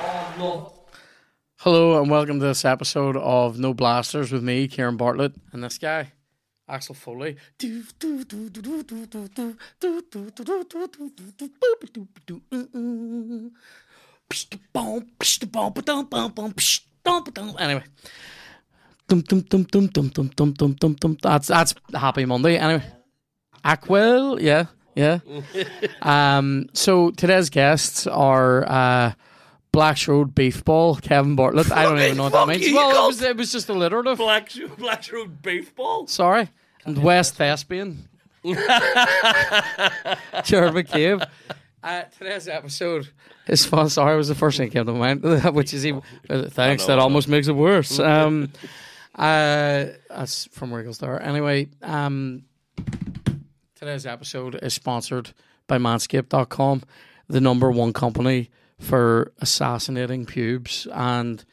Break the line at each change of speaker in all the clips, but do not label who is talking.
Michael.
Hello and welcome to this episode of No Blasters with me, Kieran Bartlett, and this guy, Axel Foley. Anyway. Dum, dum, dum, dum, dum, dum, dum, dum, dum, dum. That's that's Happy Monday. Anyway. Aquil, yeah, yeah. um, so today's guests are uh, Black Road Beef Ball, Kevin Bartlett. I don't even know what that
Fuck
means.
you, you
well, it
called-
was, it was just alliterative.
Black, Black Road Beefball.
Sorry. And West Thespian. Jared McCabe. Uh, today's episode is fun. Sorry, was the first thing that came to mind, which is even. uh, Thanks,
I know, I
that
know.
almost makes it worse. Um, uh, that's from Regal Star. Anyway, um, today's episode is sponsored by Manscaped.com, the number one company for assassinating pubes and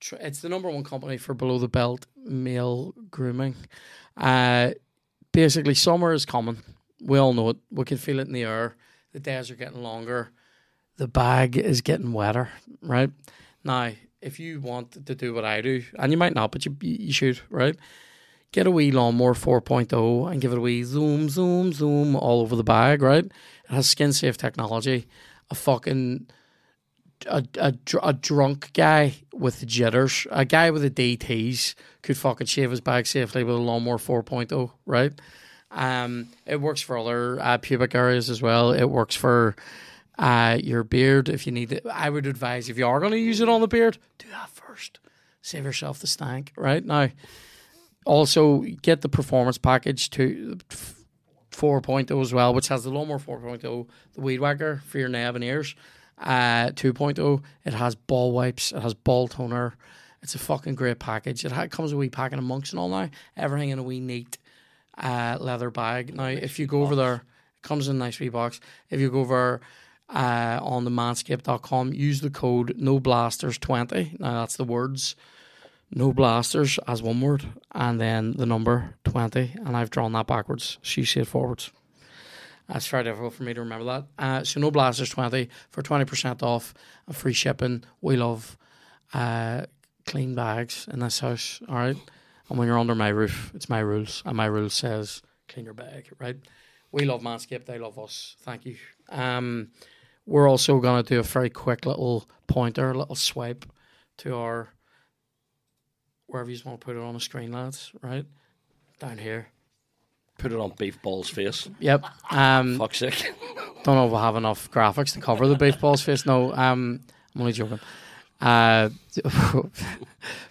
tr- it's the number one company for below the belt male grooming. Uh, basically, summer is coming. We all know it. We can feel it in the air. The days are getting longer. The bag is getting wetter, right? Now, if you want to do what I do, and you might not, but you, you should, right? Get a wee lawnmower 4.0 and give it a wee zoom, zoom, zoom all over the bag, right? It has skin safe technology, a fucking a, a, dr- a drunk guy with jitters, a guy with a DTs could fucking shave his back safely with a lawnmower 4.0, right? Um, it works for other uh, pubic areas as well. It works for uh, your beard if you need it. I would advise if you are going to use it on the beard, do that first. Save yourself the stank, right? Now, also get the performance package to 4.0 as well, which has the lawnmower 4.0, oh. the weed whacker for your nav and ears. Uh, 2.0, it has ball wipes, it has ball toner. It's a fucking great package. It ha- comes with a wee packet of monks and all now. Everything in a wee neat uh, leather bag. Now, if you go over there, it comes in a nice wee box. If you go over uh, on the manscaped.com, use the code NOBLASTERS20. Now, that's the words no blasters as one word, and then the number 20. And I've drawn that backwards. She said forwards. That's very difficult for me to remember that. Uh, so no blasters 20 for 20% off and free shipping. We love uh, clean bags in this house, all right? And when you're under my roof, it's my rules. And my rule says clean your bag, right? We love Manscaped. They love us. Thank you. Um, we're also going to do a very quick little pointer, a little swipe to our wherever you just want to put it on the screen, lads, right? Down here.
Put it on Beefball's face.
Yep. Um,
Fuck's sake.
don't know if we'll have enough graphics to cover the beef balls face. No, um, I'm only joking. Uh,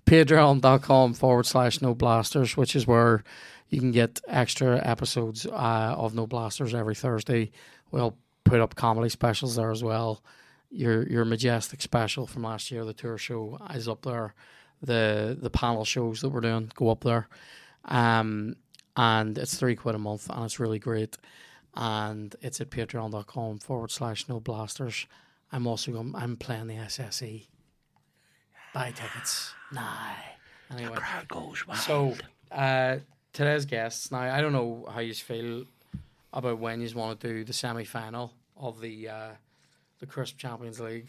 Patreon.com forward slash no blasters, which is where you can get extra episodes uh, of No Blasters every Thursday. We'll put up comedy specials there as well. Your your majestic special from last year, the tour show is up there. The the panel shows that we're doing go up there. Um, and it's three quid a month and it's really great and it's at patreon.com forward slash no blasters. I'm also going, I'm playing the SSE. Buy tickets now. Anyway,
Crowd goes wild.
so uh, today's guests. Now I don't know how you feel about when you want to do the semi final of the uh, the Crisp Champions League,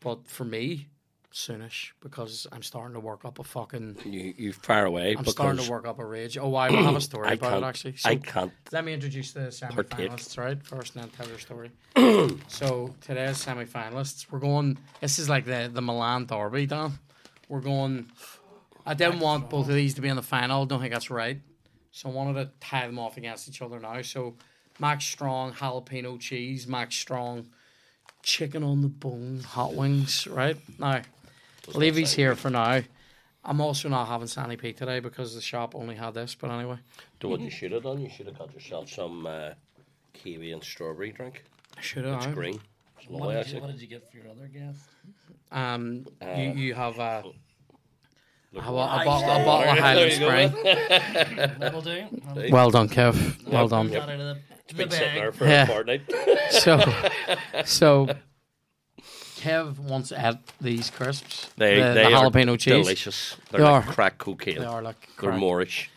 but for me, soonish because I'm starting to work up a fucking.
you, you fire away
I'm starting
because
to work up a rage. Oh, I will have a story
I
about
can't.
it actually. So
I can't.
let me introduce the
Partake.
semi-finalists, right? First, and then tell your story. so today's semi-finalists, we're going. This is like the the Milan derby, Dan. We're going. I didn't want both of these to be in the final. Don't think that's right. So I wanted to tie them off against each other now. So Max Strong jalapeno cheese, Max Strong chicken on the bone, hot wings, right? Now, Levy's here for now. I'm also not having Sani P today because the shop only had this, but anyway.
Do what you should have done. You should have got yourself some uh, kiwi and strawberry drink.
I should have.
It's
I-
green. It's lovely,
What did, you,
actually.
what did you get for your other guest?
Um, you, you have a, a,
Oh, Look
bo- a,
at
bo- a bottle of
There
Highland
you go.
Spring.
That'll do. Um,
Hey,
Well done, Kev. Well done.
got out of the, the
Been sitting there
bag.
for
Yeah.
a fortnight.
So, so Kev wants at these crisps.
They,
the,
they
the
are
jalapeno cheese.
delicious. They're
They
like
are.
crack cocaine.
They are like
They're
crap.
Moorish.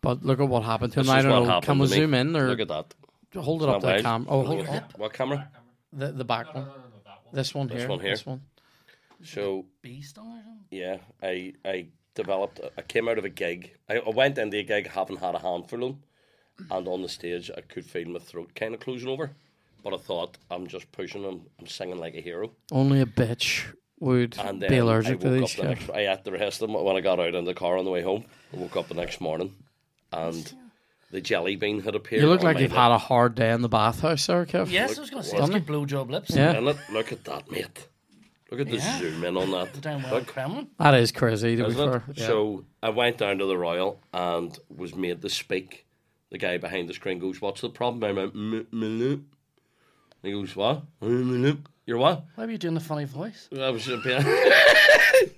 But look at what happened to him.
This
I
is
don't
what
know.
happened
Can we
to me.
zoom in or
Look at that.
hold it up to the
Wild.
camera? Oh, hold it up.
What camera?
The, the back one. This one here.
one here.
This one.
So
Beast on or something?
yeah, I I developed. I came out of a gig. I, I went into a gig, haven't had a handful of them, and on the stage I could feel my throat kind of closing over. But I thought I'm just pushing. I'm, I'm singing like a hero.
Only a bitch would
And then
be allergic
I
to
woke
these
up the
shit.
next, I ate the rest of them when I got out in the car on the way home. I woke up the next morning, and the jelly bean had appeared.
You look
on
like
Oh, my
you've
lip.
had a hard day in the bathhouse, there, Kev.
Yes, I was going to say,
what?
it's like blowjob lips.
Yeah.
And it, look at that, mate. Look at the
Yeah.
zoom in on that.
Down well in
Look,
Kremlin.
That is crazy, to be
isn't it?
fair. Yeah.
So I went down to the Royal and was made to speak. The guy behind the screen goes, "What's the problem?" I went, "M- "Maloop." He goes, "What? Maloop? You're what?"
Why were you doing the funny voice?
I was a bit-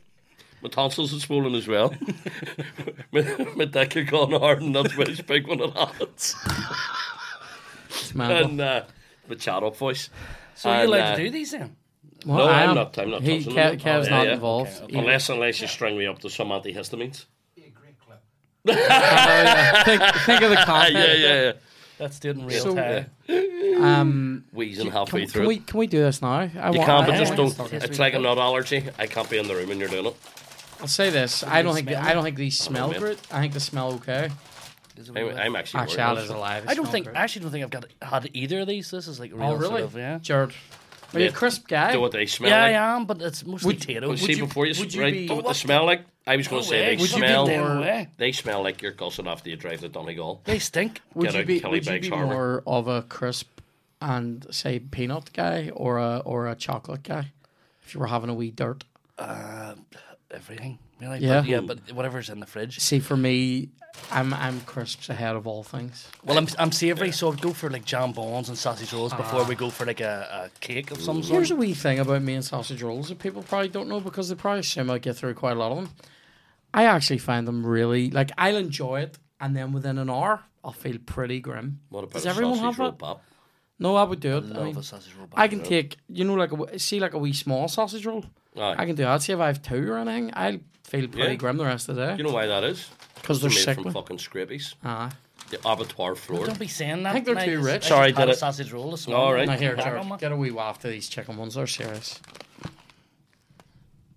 My tonsils had swollen as well. my, my dick had gone hard, and that's why I speak when it happens.
It's mental.
And uh, my chat up voice. uh,
So are you allowed to do these then?
Well,
No,
I
I'm
am-
not- I'm not
he, Kev,
touching them.
Kev's
Oh, yeah,
not
yeah.
involved.
Okay,
He-
Unless, unless you string me up to some antihistamines.
Uh, think, think of the content.
Yeah, yeah, yeah.
That's doing in real
So-
time.
Um,
Wheezing halfway
can,
through.
can we can we do this now? I
You can't, but
I
just
am
don't.
stuck.
It's like a nut allergy. I can't be in the room when you're doing it.
I'll say this. I don't think
smell
I don't think these smell
man.
great. I think they smell okay.
Is it
I'm,
real
I'm
life?
actually.
Actually,
worried.
that is a lie. They
I don't
smell
think.
great.
I actually don't think I've got had either of these. This is like real
Oh really,
sort of, yeah.
Jared? Are you a
Yeah.
crisp guy?
Do what they smell
Yeah,
like.
I am, but it's mostly
Would-
But
potatoes.
see,
would you-
before you,
would you
right,
be-
do what they smell like. I was going to say
way.
they
Would you be
smell.
down the way?
they smell like your cousin after you drive to Donegal.
They stink.
Would
Get
you
out,
be
Kelly
would you
Bakes
be
Harbour.
more of a crisp and say peanut guy or a or a chocolate guy if you were having a wee dirt?
Everything. Really?
Yeah.
But, yeah, but whatever's in the fridge.
See, for me, I'm I'm crisps ahead of all things.
Well, I'm, I'm savoury, so I'd go for like jambons and sausage rolls before we go for like a, a cake of some sort.
Here's a wee thing about me and sausage rolls that people probably don't know because they probably assume I get through quite a lot of them. I actually find them really like I'll enjoy it, and then within an hour I'll feel pretty grim.
What about
Does
a
everyone
sausage
have
roll
it?
pop?
No, I would do it. I,
Love
mean,
a sausage roll.
I can take you know like a, w- see like a wee small sausage roll.
Aye.
I can do that. See if I have two or anything, I'll feel pretty
Yeah.
grim the rest of the
You
day
know why that is?
because
They're
they're
made
sick.
from fucking scrapies.
Ah,
The abattoir floor.
Don't be saying that.
think they're
mate.
too
It's-
rich.
it's
Sorry,
just
did
a
it.
Sausage roll. This
All right.
now here,
Back
Jared,
on that.
get a wee waft of these chicken ones. They're serious.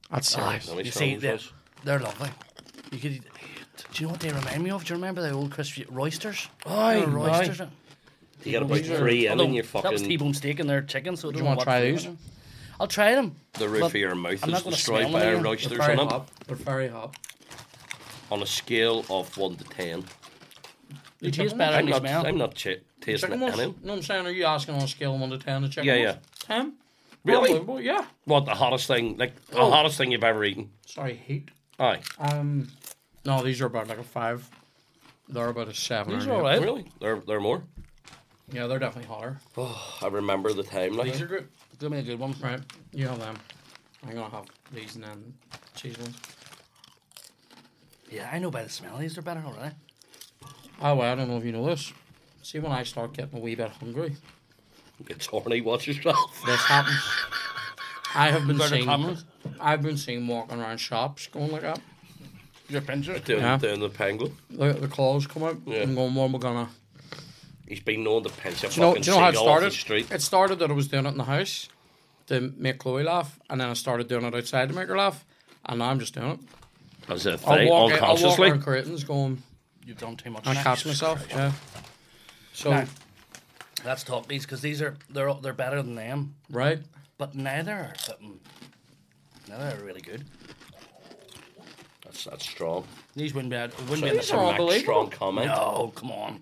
That's serious.
Let me
You
smell
see,
those
they're,
ones.
they're lovely. You could. Do you know what they remind me of? Do you remember the old crispy roysters?
Aye,
They were
aye.
roysters.
You get about three in
Although,
and you
That was
fucking.
T-bone steak and their chicken. So do
you wanna try these?
I'll try them.
The roof
But
of your mouth
I'm
is
not gonna
destroyed
smell
by
them
a
either.
roaster's
Very
on it.
hot. They're very hot.
On a scale of 1 to 10.
They taste
chicken
better
I'm
than they
not,
smell.
I'm not ch- tasting
Chicken
it
ones?
anything.
No, I'm saying, are you asking on a scale of one to ten? The chicken
Yeah,
ones?
yeah.
Ten.
Really?
Unbelievable, Yeah.
What, the hottest thing? Like,
Oh.
the hottest thing you've ever eaten?
Sorry, heat.
Aye.
Um, no, these are about like a five. They're about a seven.
These
or
are
an
all right.
Really? There, there are more?
eight. Yeah, they're definitely hotter.
Oh, I remember the time. Like,
These are good.
Give me a good one.
Right, you have them. I'm gonna have these and then cheese ones.
Yeah, I know by the smell these are better already.
Oh, well, I don't know if you know this. See, when I start getting a wee bit hungry,
it's horny, watch yourself.
this happens. I have been
Burger
seen.
Cameron's.
I've been seen walking around shops going like that.
Your pincher.
Down,
Yeah.
down the penguin.
The, the claws come out.
Yeah.
I'm going, what am I gonna?
He's been known to pinch a
Do you know,
fucking
do you know how it
seagull off the
started?
street.
It started that I was doing it in the house to make Chloe laugh, and then I started doing it outside to make her laugh, and now I'm just doing it.
As a
I
thing,
walk, out- I walk
unconsciously.
around curtains going,
You've done too much.
I
now.
catch myself. Yeah. So,
Now, Let's talk these because these are they're all- they're better than them,
right?
but neither are something. Neither are really good.
That's, that's strong.
These wouldn't be. It wouldn't be. in
These
the-
are
Max
unbelievable.
Strong comment.
No, come on.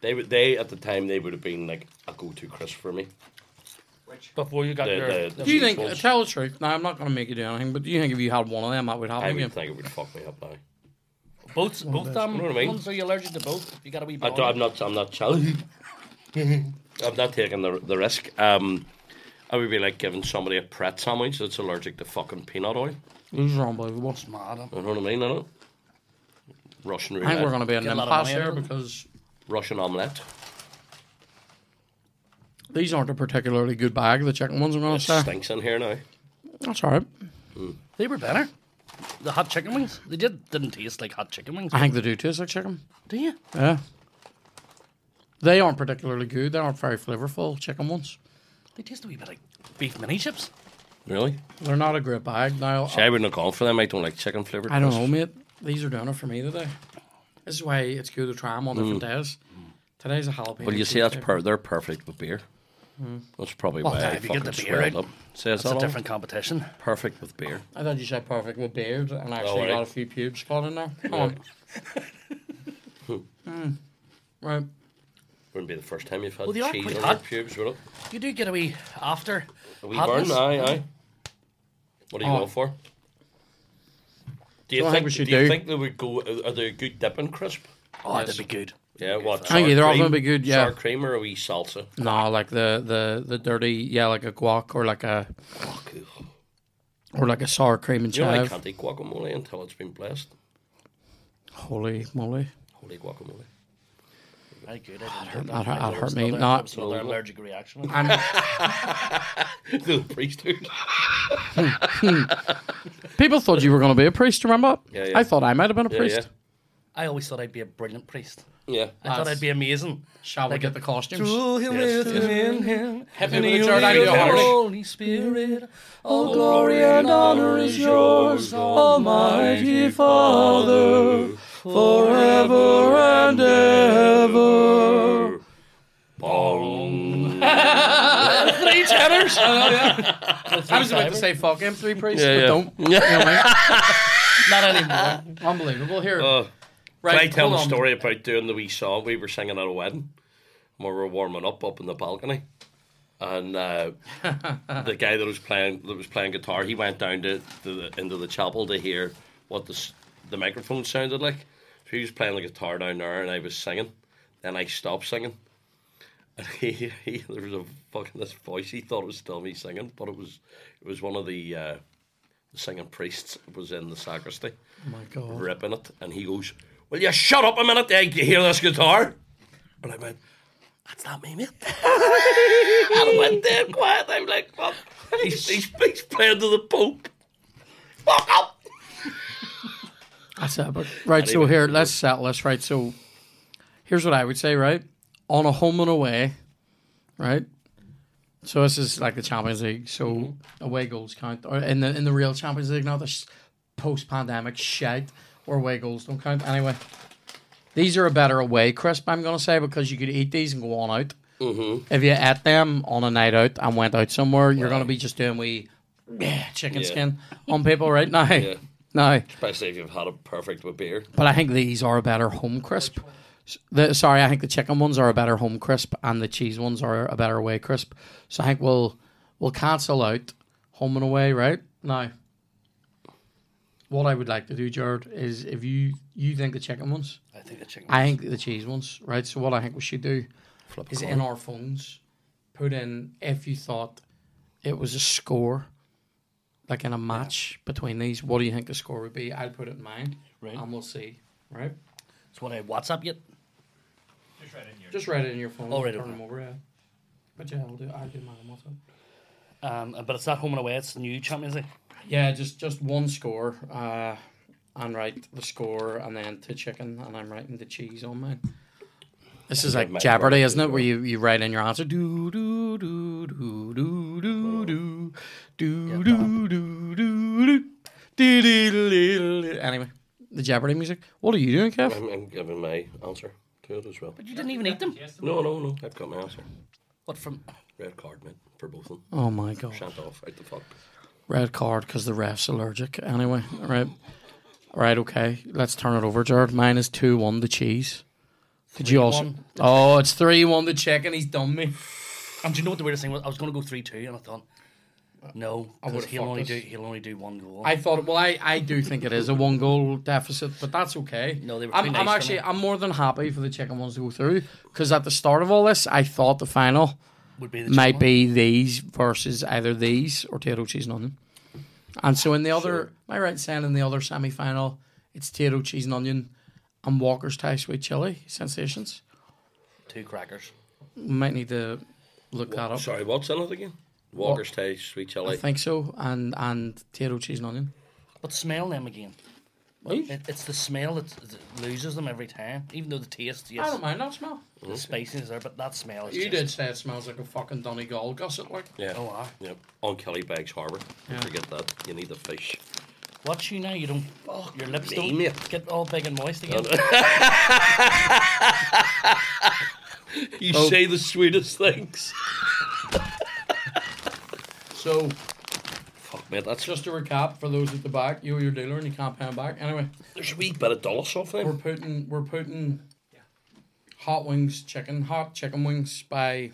They would. They at the time they would have been like a go-to crisp for me.
Before you got
The-
your.
the-
the-
Do you think?
Meatballs.
Tell the truth. Now I'm not going to make you do anything, but do you think if you had one of them, that would
I
happen
would
again?
think it would fuck me up now.
both both of them?
You know what I mean?
Ones um, are you allergic to both? You got to be.
I don't, I'm not. I'm not challenged. I'm not taking the the risk. Um, I would be like giving somebody a Pret sandwich that's allergic to fucking peanut oil.
These are unbelievable.
mad. I'm-
You know what I mean? I know. Russian
I think
roulette.
we're going to be at an
Get a lot of
impasse
money out
here
of them.
because
Russian omelette.
these aren't a particularly good bag. The chicken ones, I'm going
It
to say.
stinks in here now.
That's all right.
They were better. The hot chicken wings. They did didn't taste like hot chicken wings.
I think they do taste like chicken.
Do you?
Yeah. They aren't particularly good. They aren't very flavorful chicken ones.
They taste a wee bit like beef mini chips.
Really?
They're not a great bag. Now,
See, I wouldn't have gone for them. I don't like chicken flavored.
I don't know, mate. These are doing it for me today. This is why it's good to try them on different days. Today's a jalapeno.
Mm. Well, you see, that's per- they're perfect with beer.
Hmm.
That's probably why
now,
I
if you get
fucking
the beer
swelled
out,
up. Says
It's a
that
different competition.
perfect with beer.
I thought you said perfect with beard, and I actually
Oh, right.
got a few pubes caught in there. Come on. Mm. Right.
Wouldn't be the first time you've had
Well, they are
cheese
quite
on
hot.
your pubes, would it?
You do get a wee after.
A wee
hotness.
burn, aye, aye. What are you
Oh.
going for? Do you
So I think
think?
we should
do you
do-
think they would go? uh, Are they a good dip and crisp?
Oh,
Yes.
that'd be good.
Yeah,
I
what?
think
sour
either of
cream?
them would be good, yeah.
sour cream or a wee salsa.
No, like the, the, the dirty, yeah, like a guac or like a
You
or like a sour cream and
know, I
chive.
can't eat guacamole until it's been blessed.
Holy moly,
Holy guacamole!
Very good. I didn't
that, hurt- that hurt
There's
me.
another-
No,
that was another allergic reaction.
I'm-
the priesthood.
people thought you were going to be a priest. Remember?
Yeah, yeah.
I thought I might have been a
Yeah,
priest.
yeah,
I always thought I'd be a brilliant priest.
yeah.
I thought
That's-
I'd be amazing.
Shall we get the costumes?
Through him,
Yes.
with him, in him,
Happy
in
New
the
Year,
unity
Daniel
of the
Harris.
Holy Spirit. All glory and honor is yours, Almighty Father, forever and ever.
Uh, Three tenors. I was about to say fuck him, three priests,
Yeah,
but
yeah.
don't. You know what I mean? Not anymore. Unbelievable. Here, right?
Oh. Can I tell
hold
the
on.
story about doing the wee song we were singing at a wedding? And we were warming up up in the balcony, and uh, the guy that was playing that was playing guitar, he went down to, to the into the chapel to hear what the s- the microphone sounded like. So he was playing the guitar down there, and I was singing. Then I stopped singing, and he, he there was a fucking this voice. He thought it was still me singing, but it was it was one of the uh, singing priests was in the sacristy
Oh my God.
ripping it, and he goes, "Will you shut up a minute? eh, You hear this guitar?" And I went, "That's not me, mate." I went dead quiet. I'm like, "What?" And He's, he's, he's playing to the Pope. Fuck up.
That's epic. Right, so here, let's settle this. Right, so here's what I would say, right? On a home and away, right? So this is like the Champions League. So
Mm-hmm.
away goals count. Or in the in the real Champions League, not this post pandemic shite where away goals don't count. Anyway. These are a better away crisp, I'm gonna say, because you could eat these and go on out. Mm-hmm. If you ate them on a night out and went out somewhere, you're gonna be just doing wee chicken
Yeah.
skin on people right now.
Yeah.
Now
Especially if you've had it perfect with beer.
but I think these are a better home crisp. The, sorry, I think the chicken ones are a better home crisp, and the cheese ones are a better away crisp. So I think we'll we'll cancel out home and away, right? Now, what I would like to do, Jared, is if you you think the chicken ones,
I think the chicken.
I think the cheese ones, right? So what I think we should do is in our phones, put in if you thought it was a score, like in a match between these. What do you think the score would be? I'll put it in mine,
Right.
and we'll see. Right?
It's what I WhatsApp yet.
Just write it in your phone.
Oh, right,
turn
okay.
them over. Yeah. But yeah, I'll do. I'll do mine. What's up?
Um, but it's not home and away. It's the new Champions League.
Yeah, just just one score. Uh, and write the score, and then to chicken, and I'm writing the cheese on mine. This is like
might
Jeopardy,
write
isn't it?
it
Where you, you write in your answer. Do do do do do do do do do do do do do do. Anyway, the Jeopardy music. What are you doing, Kev?
I'm, I'm giving my answer to it as well.
But you didn't even eat them.
No, no, no. I've got my answer.
What from?
Red card, mate, for both of them.
Oh my god.
Shan't off out the fuck.
Red card because the ref's allergic. Anyway, all right. All right, okay. Let's turn it over, Jared. Mine is 2 1 the cheese. Did you also.
3-1.
Oh, it's 3 1 the chicken. He's done me.
And um, do you know what the weirdest thing was? I was going to go three two, and I thought, no, because
would've
he'll
fucked
only
us.
do he'll only do one goal.
I thought, well, I, I do think it is a one goal deficit, but that's okay.
No, they were
I'm,
pretty
I'm
nice for
actually,
me.
I'm more than happy for the chicken ones to go through because at the start of all this, I thought the final
would be the
might
Champions
be these versus either these or potato cheese and onion. And so in the other, am I right in saying in the other semi final, it's potato cheese and onion and Walker's Thai sweet chili sensations.
League. two crackers.
We might need to look that up.
Sorry, what's in it again? Walker's Taste, sweet
I
chili.
think so. And and potato cheese and onion.
But smell them again.
These?
It, it's the smell that, that loses them every time, even though the taste.
I
Yes,
don't mind that smell.
The spiciness there, but that smell is
You
just,
did say it smells like a fucking Donegal gusset, like.
Yeah.
Oh, wow.
Yep. On Kelly Bags Harbour.
Yeah.
Don't forget that. You need the fish.
What's you now? You don't. your lips
me,
don't
mate.
get all big and moist again.
You say the sweetest things.
So,
Fuck, mate, that's
just
just.
to recap for those at the back, you were your dealer and you can't pay him back. Anyway,
There's a wee bit of dollar off
we're
them.
putting we're putting hot wings chicken, hot chicken wings by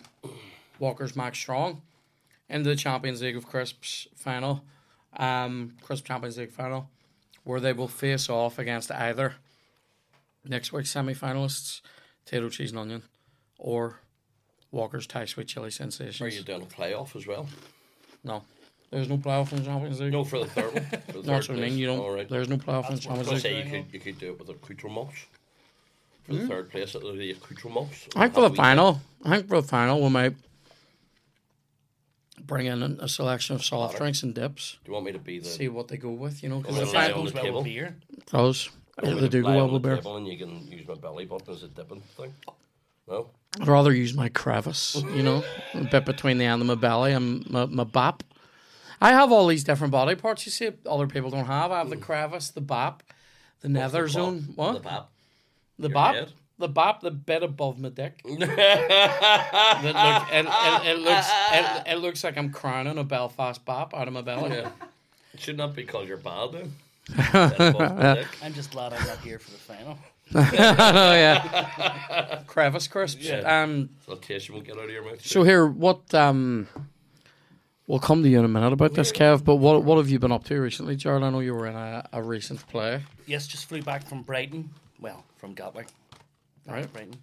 Walker's Max Strong into the Champions League of Crisps final, um, Crisp Champions League final, where they will face off against either next week's semi-finalists, Tato Cheese and Onion, or Walker's Thai Sweet Chili
Are
Sensations.
you doing a playoff as well?
No, there's no playoff in the Champions League.
No, for the third one. For the
No, that's
third
what I mean.
place.
You don't.
All right.
There's no playoff in the
I was gonna
Champions League.
say you could you could do it with accoutrements for the third place. It'll be accoutrements.
Hmm? I think for the final, I think for the final, we might bring in a selection of soft drinks and dips.
Do you want me to be the?
See what they go with, you know.
I'm
Because
gonna
if
lie
that
on
goes
the
well
table.
with beer.
goes,
Do you want
it'll
me to
do go
lie
well
on
with
the
beer.
table And you can use my belly button as a dipping thing. No.
I'd rather use my crevice, you know, a bit between the end of my belly and my, my bap. I have all these different body parts. You see, other people don't have. I have the crevice, the bap, the nether
The
zone.
pop,
What
The pap.
The
Your
bop,
head?
the bop, the bit above my dick. that look, it, it, it looks, it, it looks like I'm crowning a Belfast bop out of my belly.
Yeah. It should not be called your bad then. That's off the dick.
I'm just glad I'm not here for the final.
oh yeah, crevice crisps.
Yeah.
Um,
The taste you won't get out of your mouth.
so here, what um, we'll come to you in a minute about this, Kev. But what what have you been up to recently, Gerald? I know you were in a, a recent play,
Yes, just flew back from Brighton. Well, from Gatwick,
right?
Brighton.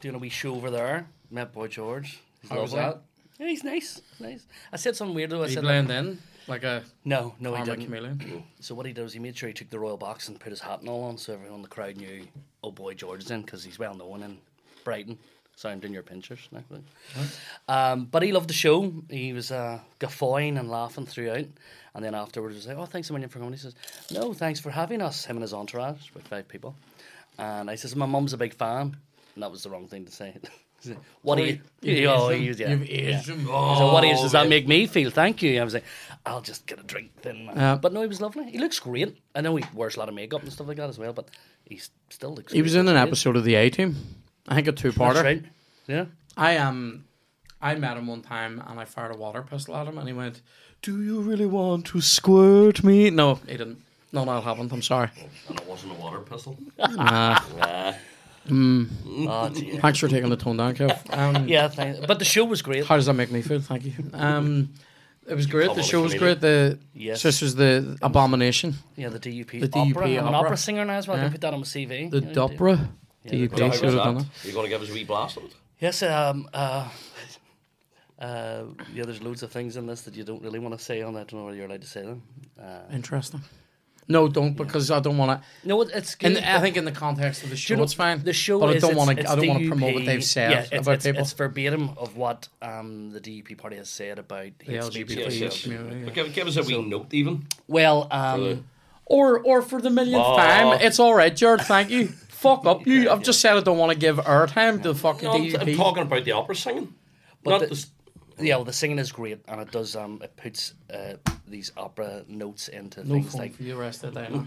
Doing a wee show over there. Met boy George. He's
How was
lovely.
that?
Yeah, he's nice. Nice. I said something weird though. I
He
said
blend in like a
no, no, he
army
didn't.
chameleon.
So what he did was he made sure he took the royal box and put his hat and all on, so everyone in the crowd knew, oh boy, George is in because he's well known in Brighton. So I'm doing your pinchers. and everything. Um, but he loved the show. He was uh, guffawing and laughing throughout. And then afterwards, he was like, "Oh, thanks a million for coming." He says, "No, thanks for having us." Him and his entourage, about five people. And I says, "My mum's a big fan." And that was the wrong thing to say. He said, what do you?
You've
oh,
aged
he
him.
was- yeah,
You've
yeah.
aged him.
So what is,
Oh,
does that
yeah.
make me feel? Thank you. I was like, I'll just get a drink then. man."
Yeah.
But no, he was lovely. He looks great. I know he wears a lot of makeup and stuff like that as well, but he still looks.
He was in an episode of the A Team. I think a two parter.
That's right. Yeah.
I um I met him one time and I fired a water pistol at him and he went, Do you really want to squirt me? No, he didn't. No, that happened. I'm sorry.
And it wasn't a water pistol.
Nah.
Nah.
Oh dear.
Thanks for taking the tone down, Kev. Um,
Yeah, thank but the show was great.
How does that make me feel? Thank you. Um, it was great. The
Probably
show was
comedian.
great. The
Yes.
so this was the abomination,
Yeah, the DUP.
The
opera.
DUP
I'm an
opera.
opera singer now as well. I
Yeah.
can put that on my CV.
the
Yeah,
Dopra. the
So how
UK
was
should have done
that?
it.
You're going to give us a wee blast of it?
Yes. Um. Uh. Uh, yeah, there's loads of things in this that you don't really want to say on. I don't know whether you're allowed to say them. Uh,
Interesting. No, don't because I don't want to.
no, it- it's
And
good.
I think in the context of the show,
Do you know-
it's fine.
The show
but
is
I don't want
it's-
to. I don't
it's
want to promote what
DUP
they've said
yeah, it's,
about
it's,
people.
It's verbatim of what um, the DUP party has said about hate speech.
LGBT.
Yes,
Yeah,
yes.
yeah, yeah.
But give, give us a wee note, even.
Well, um,
Or or for the millionth
Oh.
time, it's all right, Jared. Thank you. Fuck up, you. I've just said I don't want to give airtime to fucking
No, I'm, I'm
DUP.
talking about the opera singing.
But
Not
the-
the, s-
yeah, well, the singing is great, and it does um, it puts uh, these opera notes into
no
things
fun
like
for you the rest of the day.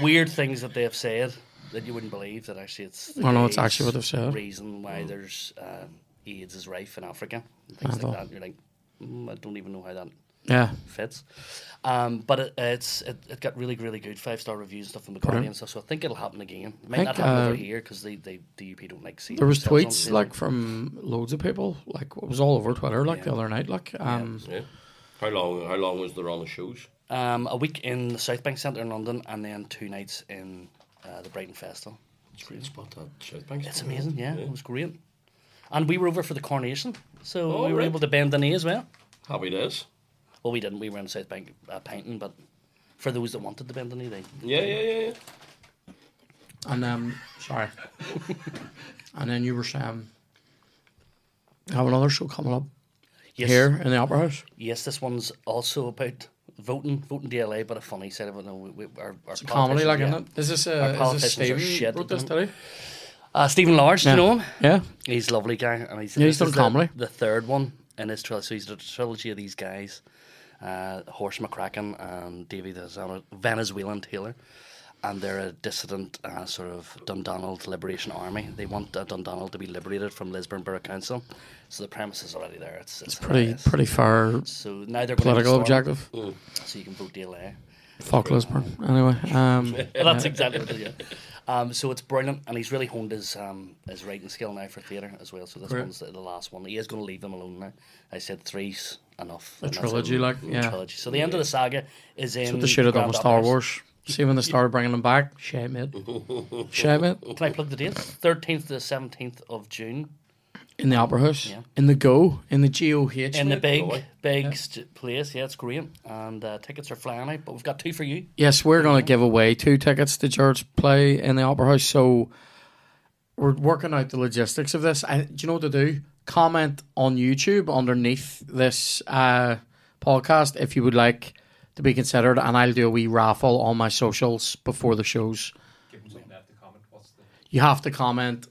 weird things that they have said that you wouldn't believe. That actually, it's the
Oh, no, it's
day's
actually what they've said. Mm.
Reason why there's um, AIDS is rife in Africa, and things
Mental.
like that. You're like, mm, I don't even know how that
Yeah,
fits. Um, but it, it's it, it got really really good five star reviews and stuff from the Guardian and stuff. So I think it'll happen again. It might
Think,
not happen
uh,
over here because they they DUP don't like seeing.
there was
themselves on
tweets
TV.
like from loads of people. Like it was all over Twitter. Like the other night. Like um,
yeah. How long? How long was the run of shows?
um, a week in the South Bank Centre in London and then two nights in uh, the Brighton Festival.
It's a great spot that South Bank.
Mm-hmm.
It's amazing. Yeah, it was great. And we were over for the coronation, so
Oh,
we were
right.
able to bend the knee as well.
Happy days.
Well, we didn't. We were in South Bank uh, painting, but for those that wanted to bend the knee, they
Yeah, yeah, yeah, yeah.
and um, sorry. and then you were saying, I have another show coming up
yes,
here in the Opera House.
Yes, this one's also about voting, voting DLA, but a funny side of it. No, we, we, our, our
Comedy,
politicians-
like
yeah.
isn't it? Is this a
Our
is this
politicians are
Stephen
shit
wrote
at
this
the
today?
Uh, Stephen Lawrence, do you know him?
Yeah.
He's a lovely guy, and he's
Yeah, he's done
this is
comedy.
The, the third one in his trilogy. So he's the trilogy of these guys, uh, Horse McCracken and Davy the Zana- Venezuelan Taylor, and they're a dissident uh, sort of Dundonald Liberation Army. They want uh, Dundonald to be liberated from Lisburn Borough Council, so the premise is already there. It's, it's,
Pretty
hilarious.
pretty far
So now they're going to
political
storm,
objective.
So you can vote DLA.
Fuck Lisburn. Anyway, um,
Well, that's exactly what it is. Um, so it's brilliant, and he's really honed his um, his writing skill now for theatre as well. So this
Great.
one's the, the last one. He is going to leave them alone now. I said three's enough. A
trilogy, like, yeah.
trilogy. So the end of the saga is in.
they should have done
Grand
with Star
Opera.
Wars. See when they started bringing them back. Shit, mate. Shit, mate.
Can I plug the dates? Thirteenth to seventeenth of June
In the Opera House.
Yeah.
In the Go. In the GOH.
in the
mate.
big
boy.
big st- place. Yeah, it's great, and uh, tickets are flying out. But we've got two for you.
Yes, we're going to give away two tickets to George play in the Opera House. So we're working out the logistics of this. I, do you know what to do? Comment on YouTube underneath this uh, podcast if you would like to be considered, and I'll do a wee raffle on my socials before the shows. You have to comment.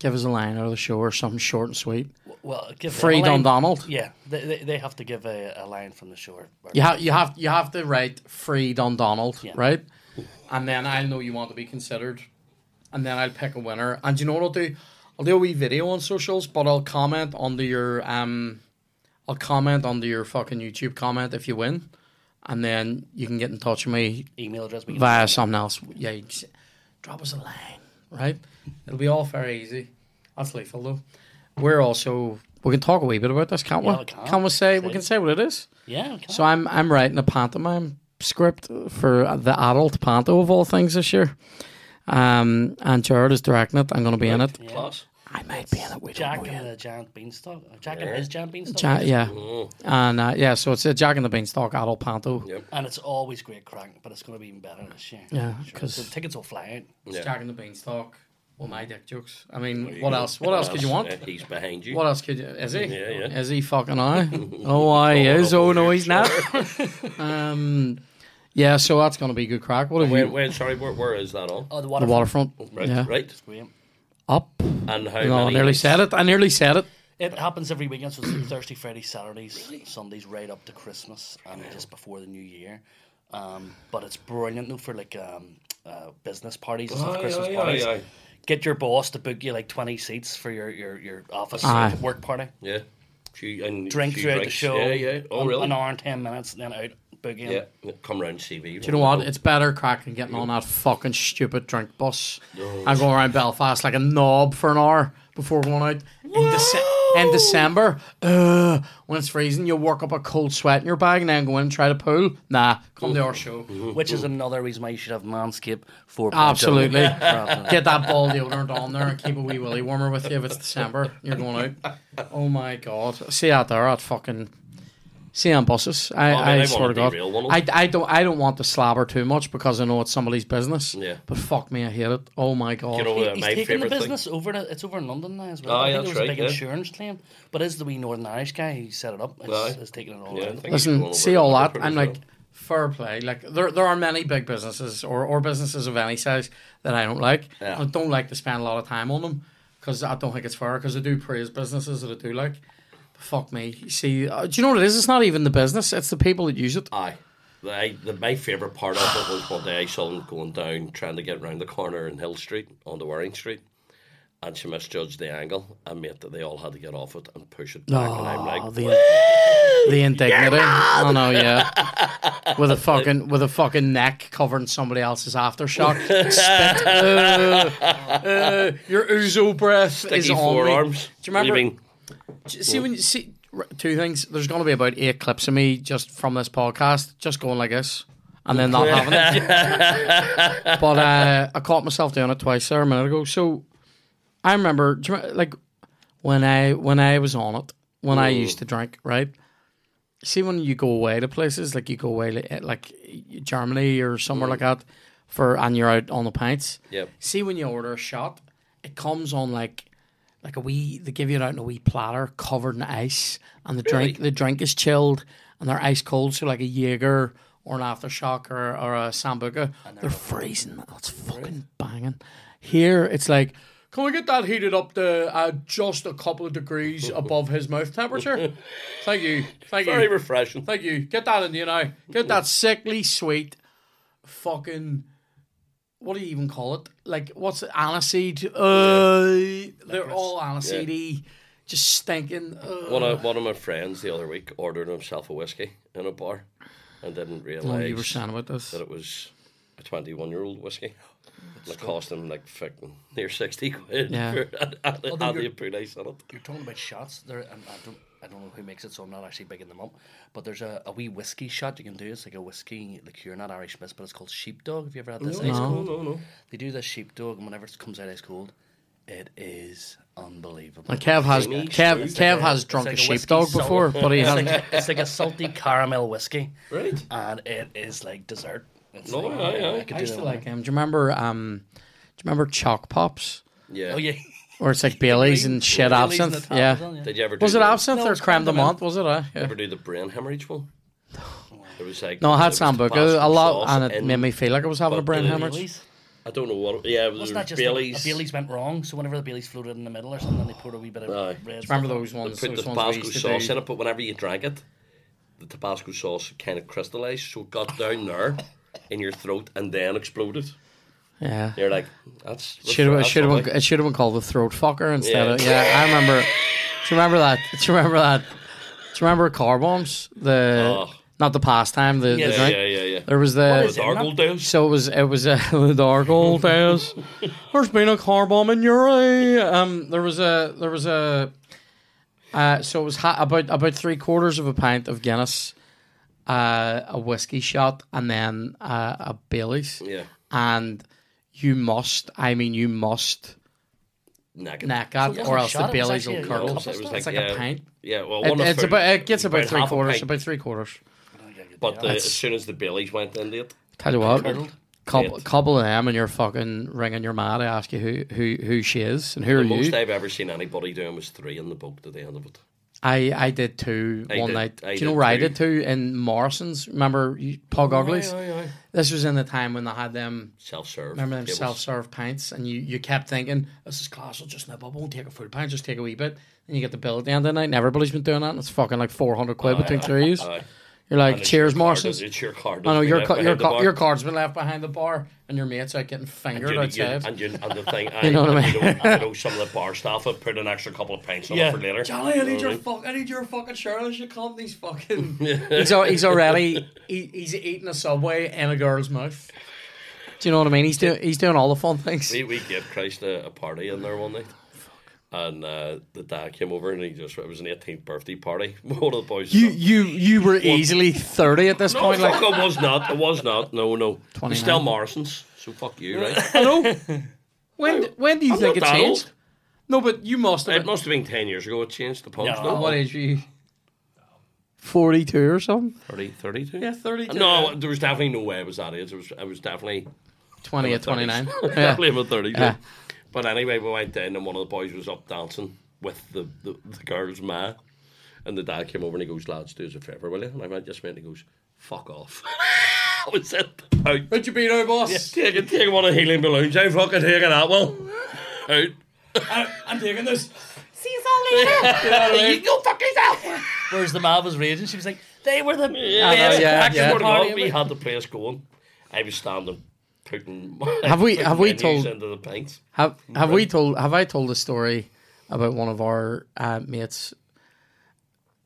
Give us a line out of the show or something short and sweet.
W- Well, give them
Free
a line.
Dundonald.
Yeah, they, they, they have to give a, a line from the shore. or-
You have you have you have to write free Don Donald,
Yeah.
right? And then I'll know you want to be considered, and then I'll pick a winner. And you know what I'll do? I'll do a wee video on socials, but I'll comment under your um, I'll comment under your fucking YouTube comment if you win, and then you can get in touch with me
Email address. we can-
via something else. Yeah, you just drop us a line, right? It'll be all very easy. That's lethal though. We're also we can talk a wee bit about this, can't
Yeah,
we?
we can.
Can we say we
See.
can say what it is?
Yeah. we can.
So I'm I'm writing a pantomime script for the adult panto of all things this year. Um, and Jared is directing it. I'm going to be in it.
Yeah.
Class.
I might be in it. We don't
Jack
know
and
yet.
the giant beanstalk. Uh, Jack and his giant beanstalk.
Ja- yeah, and uh, yeah. So it's a Jack and the Beanstalk adult panto.
Yep.
And it's always great crack, but it's going to be even better this year.
Yeah,
Sure.
'cause-
so the tickets will fly out.
It's
Yeah.
Jack and the Beanstalk. Well, my dick jokes. I mean, what else? What else could you want?
Yeah, he's behind you.
What else could you? Is he?
Yeah, yeah.
Is he fucking I? oh, I
He's
is.
all
Oh
over
no,
you.
he's not. um, yeah. So that's going to be good crack. What have
Wait,
you?
wait, sorry, where, where is that on?
Oh,
The
the waterfront.
waterfront.
Right,
Yeah.
right.
Great.
Up.
And how
No, I
many?
nearly said it. I nearly said it.
It happens every weekend, so it's Thursday, Friday, Saturdays, Sundays, right up to Christmas and just before the New Year. Um, but it's brilliant though for like um, uh, business parties and stuff,
Aye,
Christmas
aye,
parties.
aye, aye.
Get your boss to book you like twenty seats for your your, your office
Aye.
work party.
Yeah. Few, and
Drink
few
throughout
drinks.
the show.
Yeah, yeah. Oh,
an,
really?
An hour and ten minutes, and then out boogieing.
yeah. Come round, CV.
Do you know what? It's better crack than getting on that fucking stupid drink bus and going around Belfast like a knob for an hour before going out in, Dece- in December. Uh, when it's freezing, you'll work up a cold sweat in your bag and then go in and try to pool. Nah, come to our show.
Which is another reason why you should have Manscaped oh. for
Absolutely.
Rather than-
Get that ball deodorant on there and keep a wee willy warmer with you if it's December. You're going out. Oh my god. See out there at fucking see on buses. I,
Oh, man,
I,
I
swear
wanna
to God.
derail one of
I, I don't I don't want to slobber too much because I know it's somebody's business.
Yeah.
But fuck me, I hate it. Oh my god.
You know, uh,
He's
my
taking the
favourite thing.
business over. To, it's over in London now as well.
Aye,
I think
that's
it was a
right,
big
yeah.
insurance claim, but it's the wee Northern Irish guy who set it up.
Aye.
It's, it's taking it all
Yeah, I
around.
think it's going
Listen,
over
see
the
all that.
Liverpool
I'm
as
like,
well.
fair play. Like there, there are many big businesses or, or businesses of any size that I don't like.
Yeah.
I don't like to spend a lot of time on them because I don't think it's fair. Because I do praise businesses that I do like. But fuck me. You See, uh, do you know what it is? It's not even the business; it's the people that use it.
Aye. The, I, the, my favourite part of it was one day I saw them going down, trying to get round the corner in Hill Street, onto Waring Street, and she misjudged the angle and meant that they all had to get off it and push it back. and I'm
Oh,
like,
the, the indignity. Oh no, yeah. With a fucking with a fucking neck covering somebody else's aftershock. Spit. Uh, uh, your ouzo breath is
sticky
on me.
forearms.
Do you remember?
leaving-
See when you see r- two things. There's going to be about eight clips of me just from this podcast, just going like this, and then not having it. but uh, I caught myself doing it twice there a minute ago. So I remember, do you remember, like when I when I was on it, when I used to drink, right. See when you go away to places like you go away li- like Germany or somewhere like that, for and you're out on the pints.
Yep.
See when you order a shot, it comes on like like a wee they give you it out in a wee platter covered in ice and the drink the drink is chilled and they're ice cold, so like a Jaeger or an aftershock or, or a Sambuca, they're, freezing. That's fucking banging. Here it's like Can we get that heated up to uh, just a couple of degrees above his mouth temperature? Thank you. Thank
Very
you.
refreshing.
Thank you. Get that in you now. Get that sickly sweet fucking what do you even call it? Like what's it? aniseed? Uh, They're all aniseedy, just stinking. Uh,
One of, one of my friends the other week ordered himself a whiskey in a bar and didn't
Oh, you were
realise
saying about this.
that it was a 21 year old whiskey. And it cost him like fucking near 60 quid.
Yeah.
for- And, and, and
you're-
the pre-nice in it.
You're talking about shots. There, and I don't, I don't know who makes it, so I'm not actually bigging them up. But there's a, a wee whiskey shot you can do. It's like a whiskey liqueur, not Irish Mist, but it's called Sheepdog. Have you ever had this? Ice cold.
no, no.
They do this Sheepdog, and whenever it comes out ice cold, it is unbelievable.
And Kev has
Creamy,
Kev
smooth.
Kev has
It's
drunk
like
a
whiskey
sheepdog
salt-
before, but he
it's
hasn't.
Like, it's like a salty caramel whiskey,
Right.
and it is like dessert. It's
No,
like,
aye, aye.
I could
I
do
used
that
to
one.
like him. Do you remember? Um, do you remember chalk pops?
Yeah.
Oh yeah,
Or it's like Bailey's and shit
Bailey's in the
absinthe.
top as well,
Yeah.
Did you ever do
Was it
the-
absinthe
No,
or
it's
creme de menthe?
condiment.
Was it? Uh, yeah.
Ever do the brain hemorrhage one? It was like
No, I
it
had
was
Sambuca
Tabasco
a lot,
sauce
and it
in-
made me feel like I was having a
but
brain
the-
hemorrhage.
Bailey's.
I don't know what. Yeah, it was
Wasn't that just
Bailey's.
Bailey's. A, Bailey's went wrong? So whenever the Bailey's floated in the middle or something, they poured a wee bit of
Aye.
red.
Remember
stuff.
those ones?
Put the
those ones we
Tabasco
used to
sauce
do?
in it, but whenever you drank it, the Tabasco sauce kind of crystallized, so it got down there in your throat and then exploded.
Yeah.
You're like, that's
Should have
that's
should have
lovely.
it should have been called the throat fucker instead
Yeah.
of yeah. I remember. Do you remember that? Do you remember that? Do you remember car bombs? The
Oh.
not the pastime. The, the
Yes.
Yeah,
drink.
yeah, yeah, yeah.
There was the
What
The
is it?
Dargle Dales.
So it was it was uh, the dark old days. There's been a car bomb in Uri. Um, there was a there was a. Uh, so it was ha- about about three quarters of a pint of Guinness, uh, a whiskey shot, and then uh, a Bailey's.
Yeah,
And you must, I mean, you must
naked.
knack it,
wasn't
or
a
else
shot,
the
it was
Bailey's will
actually a
No,
curdle.
so it was like,
It's like
yeah,
a pint.
Yeah, well,
It-
one of
it's
food,
about it gets about three
half a
quarters.
pint.
About three quarters.
But the, as soon as the Bailey's went into it,
Tell you what,
Curdled.
couple, couple of them, and you're fucking ringing your mad. I ask you who who who she is and who
the
are
most
you.
I've ever seen anybody doing was three in the boat at the end of it.
I I did two
I
one
did-
night.
I
Do you know
did
where I
two.
did two in Morrison's? Remember you- Pog Uglies? This was in the time when they had them.
Self serve.
Remember them self serve pints, and you, you kept thinking, "This is class. I'll just nip up. I won't take a full pint. Just take a wee bit." And you get the bill at the end of the night, and everybody's been doing that. And it's fucking like four hundred quid between three of you. You're like, "Cheers, Morrison's."
It's your card.
I know
that's
your
been
Oh, ca-
left
your
behind the
ca-
bar.
your card's been left behind the bar, and your mates out getting
You-
fingered
you-
outside.
and, you, and the thing, I,
know what I
and
mean?
know- I know some of the bar staff have put an extra couple of pints on it for later.
Johnny, I need your
Alright.
fuck. I need your fucking shirt. I should come. These fucking. he's, al- he's already. He, he's eating a subway in a girl's mouth. Do you know what I mean? He's doing. He's doing all the fun things.
We, we gave Christ a, a party in there one night. And uh, the dad came over and he just, it was an 18th birthday party. One of the boys.
You you you were easily thirty at this
no,
point. Like
fuck, it was not. It was not. No, no. It's
29.
still Morrison's. So fuck you, right?
hello. When when do you
I'm
think it
not that old.
changed? No, but you must have.
It
been-
must have been 10 years ago it changed the pubs.
No.
No.
What age were you? Forty two or something.
30, 32?
Yeah, 32.
No, there was definitely no way it was that age. It was, it was definitely
Twenty at
the
twenty nine.
30s.
Yeah.
Definitely about 30.
Yeah.
Yeah. But anyway, we went in and one of the boys was up dancing with the, the, the girl's ma. And the dad came over and he goes, lads, do us a favour, will you? And I went, yes, mate. And he goes, fuck off. I was it. Out.
But you be no boss.
Take, it- take one of the helium balloons. I'm fucking taking that one. Out.
I'm taking this.
you go fuck yourself.
Whereas the mob was raging, she was like, "They were the
Yeah,
know, yeah,
cracking
yeah.
what it was.
Party,
We
like-
had the place going. I was standing putting.
Have we-
putting
have we
menus
told-
into the pints?
Have have we told have I told a story about one of our uh, mates?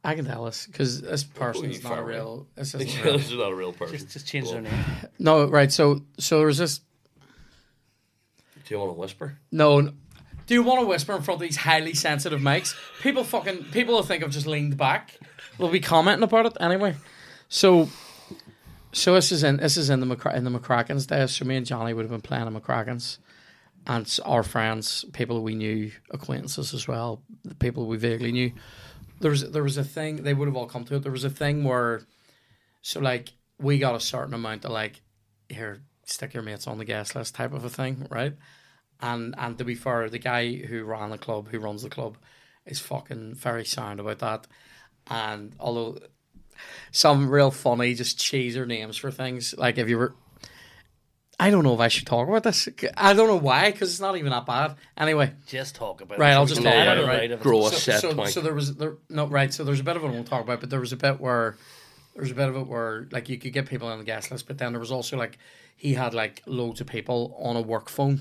I can tell this because this person's not a
far away.
real. This isn't real.
this is not a real person.
just changed their name."
No, right. So so there's this.
Do you want to whisper?
No, n- do you want to whisper in front of these highly sensitive mics? People fucking people will think I've just leaned back. They'll be commenting about it anyway. So so this is in this is in the McCra- in the McCracken's days. So me and Johnny would have been playing the McCracken's. and s- our friends, people we knew, acquaintances as well, the people we vaguely knew. There was there was a thing they would have all come to it. There was a thing where, so like we got a certain amount of like, here stick your mates on the guest list type of a thing, right? And and to be fair, the guy who ran the club, who runs the club, is fucking very sound about that. And although some real funny, just cheeser names for things like if you were I don't know if I should talk about this. I don't know why, because it's not even that bad. Anyway,
Just talk about
Right,
it.
I'll
We
just
can
talk
edit
about
it
it,
right.
if it's-
Grow a
so,
set
so,
wank.
so there was there no right. So there's a bit of it I won't talk about, but there was a bit where there was a bit of it where like you could get people on the guest list, but then there was also like he had like loads of people on a work phone,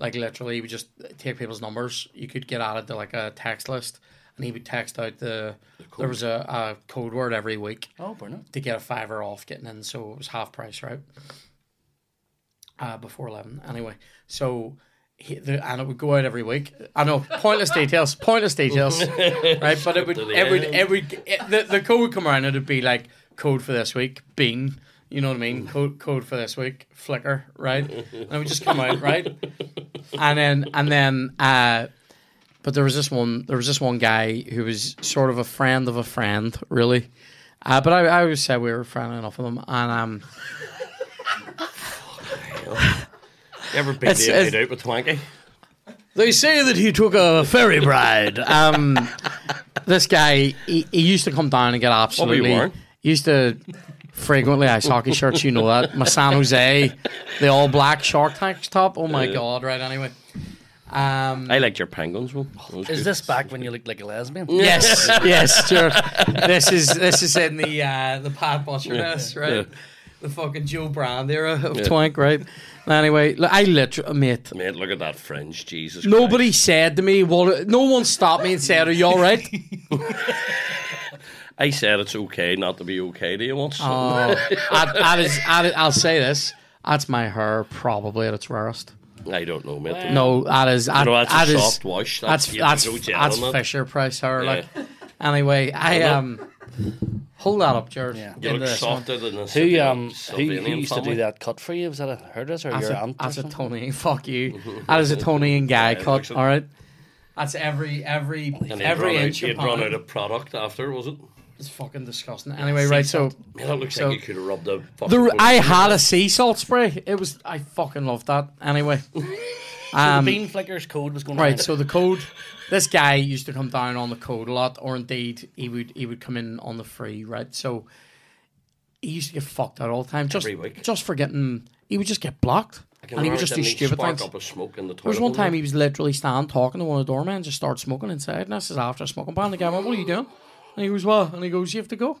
like literally he would just take people's numbers. You could get added to like a text list, and he would text out the, there was a, a code word every week
Oh, Bruno.
to get a fiver off getting in, so it was half price, right? Uh, before eleven, anyway. So, he, the, and it would go out every week. I know pointless details, pointless details, right? But it would,
to the
it would,
end.
it would, it- the, the code would come around. It'd be like code for this week, bean. You know what I
Mm.
mean? Code, code for this week, flicker, right? And it would just come out, right? And then, and then, uh, but there was this one. There was this one guy who was sort of a friend of a friend, really. Uh, but I, I always said we were friendly enough with him, and um,
You ever been
It's-
the
it's-
night out with Twanky?
they say that he took a ferry ride. Um, this guy, he, he used to come down and get
were you
absolutely.
wearing?
he used to frequently ice hockey shirts. You know that my San Jose, the all black Shark Tank top. Oh my god! Right. Anyway. Um,
I liked your penguins one.
Is this back when you looked like a lesbian?
Yes, yes, sure. This is this is in the uh, the Pat Butcher mess, right? The fucking Joe Brand era of twank, right? Anyway, look, I literally, mate.
Mate, look at that fringe, Jesus.
Nobody said to me, "What?" No one stopped me and said, "Are you all right?"
Christ. I said it's okay not to be okay to you once.
Oh, I, I was, I, I'll say this: that's my hair, probably at its rarest.
I don't know, mate.
No, that is. That,
No, that's
that
a
is-
soft wash.
That's
you
that's
go
that's,
gel on that.
Fisher Price hair.
Yeah.
Like, anyway, I
Hello.
um, hold that up, George.
Yeah. You
You
Into
look
this one.
softer than this.
Who um who, who used to do that cut for you? Was that a hairdresser or
As
your
a,
aunt? or
as a
something?
Tony, fuck you. That is a Tony and guy
Yeah, it
cut.
looks-
All right. That's every every
And he'd
every
run out,
inch.
he'd
of
run
pan.
out of product after, was it?
It's fucking disgusting. Anyway, right. So
Man, that looks
So-
like you could have rubbed a fucking.
the,
book
I
in
had a sea salt spray. It was I fucking loved that. Anyway, um,
the bean flickers code was going
right.
around.
So the code. This guy used to come down on the code a lot, or indeed he would he would come in on the free. Right. So he used to get fucked out all the time. Just
Every week.
just for getting. He would just get blocked,
I can
and he would
remember
just do
didn't he
stupid
spark
things.
up a smoke in the toilet.
There was one time he was literally standing talking to one of the doormen, just started smoking inside. And this is after a smoking ban. The guy went, What are you doing? And he goes, Well, and he goes, You have to go.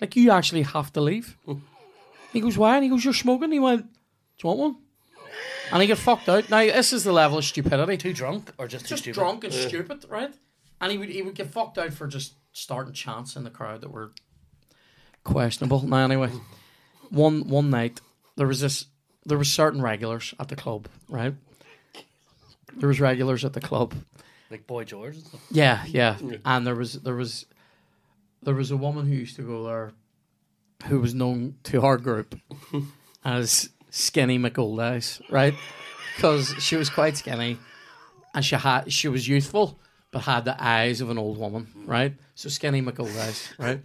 Like, you actually have to leave. he goes, Why? And he goes, You're smoking. He went, Do you want one? And he got fucked out. Now, this is the level of stupidity.
too drunk or just,
Just
too stupid?
drunk and stupid, right? And he would he would get fucked out for just starting chants in the crowd that were questionable. Now anyway, one one night there was this there was certain regulars at the club, right? There was regulars at the club.
like boy George. And stuff.
Yeah, yeah. And there was there was there was a woman who used to go there who was known to our group as Skinny McGold Eyes, right? Because she was quite skinny and she had she was youthful but had the eyes of an old woman, right? So Skinny McGold Eyes, right?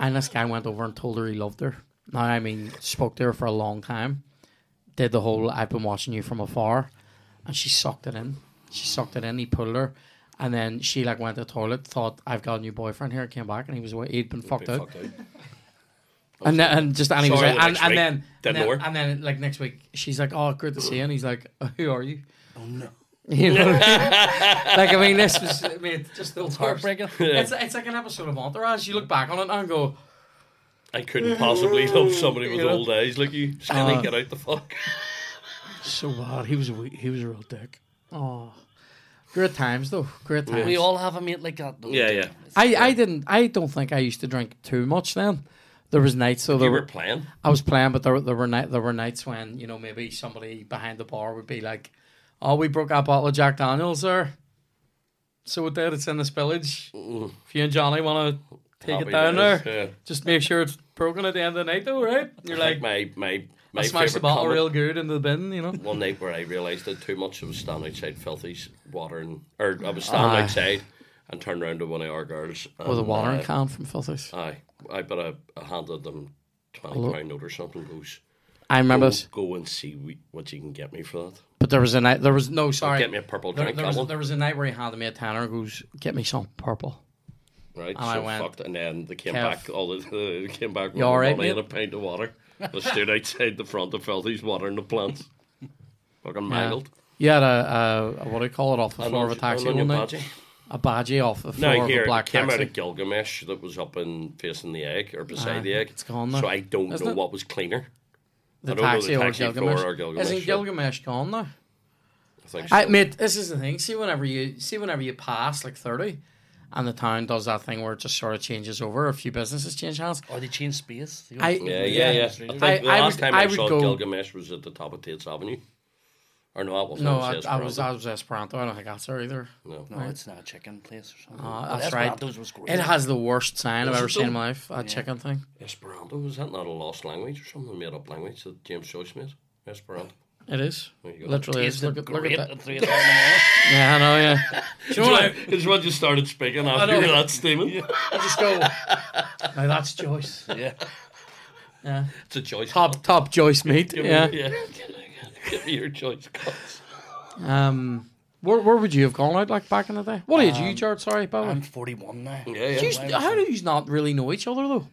and this guy went over and told her he loved her. Now I mean spoke to her for a long time. Did the whole I've been watching you from afar and she sucked it in. She sucked it in. He pulled her, and then she like went to the toilet. Thought I've got a new boyfriend here. Came back and he was away. he'd been fucked out.
Fucked out.
And then, and just and he was
Sorry,
like,
the
and,
next
and
week,
then
didn't
and then,
work.
and then like next week she's like, oh, good to see you. And he's like, who are you? Oh no. You know what I mean? like I mean, this was I mean, it's just the worst.
heartbreaking.
It's it's like an episode of Entourage. You look back on it and go,
I couldn't possibly love somebody with
Yeah.
old eyes like you. Skinny,
Uh,
get out the fuck.
so bad. He was a wee- he was a real dick. Oh, great times though. Great times.
We all have a mate like that. Though.
Yeah, yeah.
I, I didn't I don't think I used to drink too much then. There was nights so there
You
were,
were playing.
I was playing, but there were- there were night there were nights when you know maybe somebody behind the bar would be like, "Oh, we broke our bottle of Jack Daniels there, so what did it's in this village. If you and Johnny want to take
Happy
it down
days,
there,
Mm. yeah.
just make sure it's broken at the end of the night, though, right?" And you're like,
Like my my my
"I smashed the
favourite
bottle
comment
real good into the bin," you know.
One night where I realised that too much I was standing outside Filthy's watering, or I was standing
Aye.
outside and turned round to one of our girls. And,
Ah. With a watering
uh,
can from Filthy's.
Aye, I but I, I handed them twenty
Hello?
pound note or something. Goes.
I remember
Go,
this,
go and see we, what you can get me for that.
but there was a night. There was no sorry.
Get me a purple
There,
drink.
there,
that
was,
one.
there was a night where he handed me a tenner and goes, Get me some purple.
Right,
I
so
went,
fucked, and then they came
"Kev,
back. All the, they came back with
all
all
right,
right, money and a
mate?"
pint of water. I stood outside the front of Filthy's watering the plants. Fucking mangled.
You had a, a, a what do you call it off the floor of a taxi
on your
one night?
badge.
A badgie off the floor
No,
of
here
a black
it came
taxi.
out of Gilgamesh that was up in facing the egg or beside
Aye,
the egg.
it's gone now,
So I don't
isn't
know
it?
what was cleaner.
the
I don't know
taxi,
the
or,
taxi floor
Gilgamesh.
or Gilgamesh,
Isn't
yeah.
Gilgamesh gone now?
I think
I,
so.
mate, this is the thing. See, whenever you see, whenever you pass like thirty, and the town does that thing where it just sort of changes over. A few businesses change hands.
Or they change space. They
I-
yeah,
go-
yeah,
yeah.
yeah. I think
I-
the
I
last
would-
time
I
I,
would
saw
go-
Gilgamesh was at the top of Tate's Avenue. Or no, that wasn't.
No,
that
I, I was
was
I
Esperanto.
was Esperanto. I don't think that's there either.
No.
No, it's not a chicken place or something.
Uh,
But
that's right.
Esperanto's was great.
It has the worst sign I've
Is
ever
it
seen in
though?
my life. That chicken thing.
Esperanto, was that not a lost language or something made up language that James Joyce made? Esperanto.
It is
you go.
literally. Is.
Tasted
Look, at, look
great
at that.
three o'clock in the morning.
Yeah, I know. Yeah. Do you know what? I,
It's when you started speaking after
know.
that statement.
I just go. Now that's Joyce.
Yeah.
Yeah.
It's a choice.
Top top Joyce meat.
Give me-
Yeah.
yeah. Give me your choice cups.
Um. Where, where would you have gone out like back in the day? What age are you, George? Sorry, by the way.
I'm 41 now.
Yeah, yeah.
Do yous- how do you not really know each other though?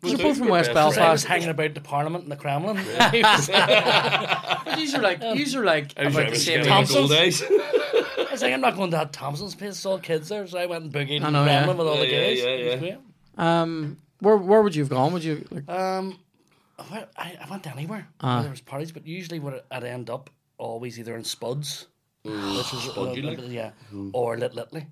'Cause You're both from
we're
West
best friends.
I was
Belfast.
hanging about the Parliament and the Kremlin.
But these are like these are like
I was
about
driving
the same
to Skinny
age.
in the old days.
I was like, I'm not going to that Thompson's place. It's all kids there. So I went and boogied
I
in
know,
the
yeah.
Kremlin with all the
Yeah, yeah,
guys.
yeah,
It was
yeah.
great.
Um, where where would you have gone? Would you? Like,
Um, well, I, I went anywhere. where
Ah.
there was parties, but usually what I'd end up always either in Spuds, which was
Spud you like? Hmm.
yeah, or Lit Litly.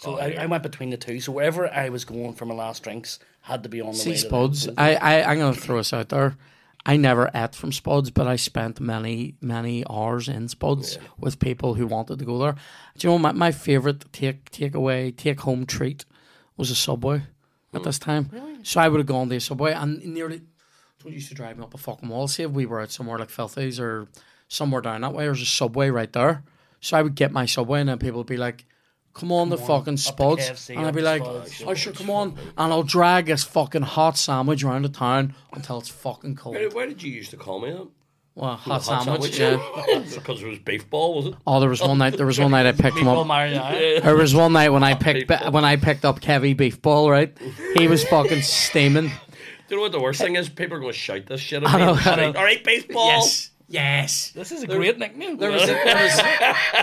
So
Oh,
I,
yeah.
I went between the two. So wherever I was going for my last drinks had to be on the way.
see
to the-
Spuds. I, I I'm gonna throw us out there. I never ate from Spuds, but I spent many many hours in Spuds with people who wanted to go there. Do you know my my favorite take takeaway take home treat was a Subway
Hmm.
at this time. So I would have gone to a Subway and nearly. It used to drive me up a fucking wall. Say if we were out somewhere like Filthy's or somewhere down that way, there's a Subway right there. So I would get my Subway and then people would be like. Come on, the fucking spuds.
KFC,
and
up
I'd be
to
like,
Spuds,
oh, sure, come on. And I'll drag this fucking hot sandwich around the town until it's fucking cold.
Why- Why did you used to call me that?
Well, hot,
Hot
sandwich, yeah.
because it was beef ball, was it?
Oh, there was one night, there was one night I picked him
Well,
up.
Mariana.
There was one night when I picked
Beef ball.
when I picked up Kevy Beef Ball, right? He was fucking steaming.
Do you know what the worst thing is? People are going to shout this shit at
I
me.
know, I
Shout,
know.
All right, baseball.
Yes. Yes.
This is a great nickname.
There was, there, was,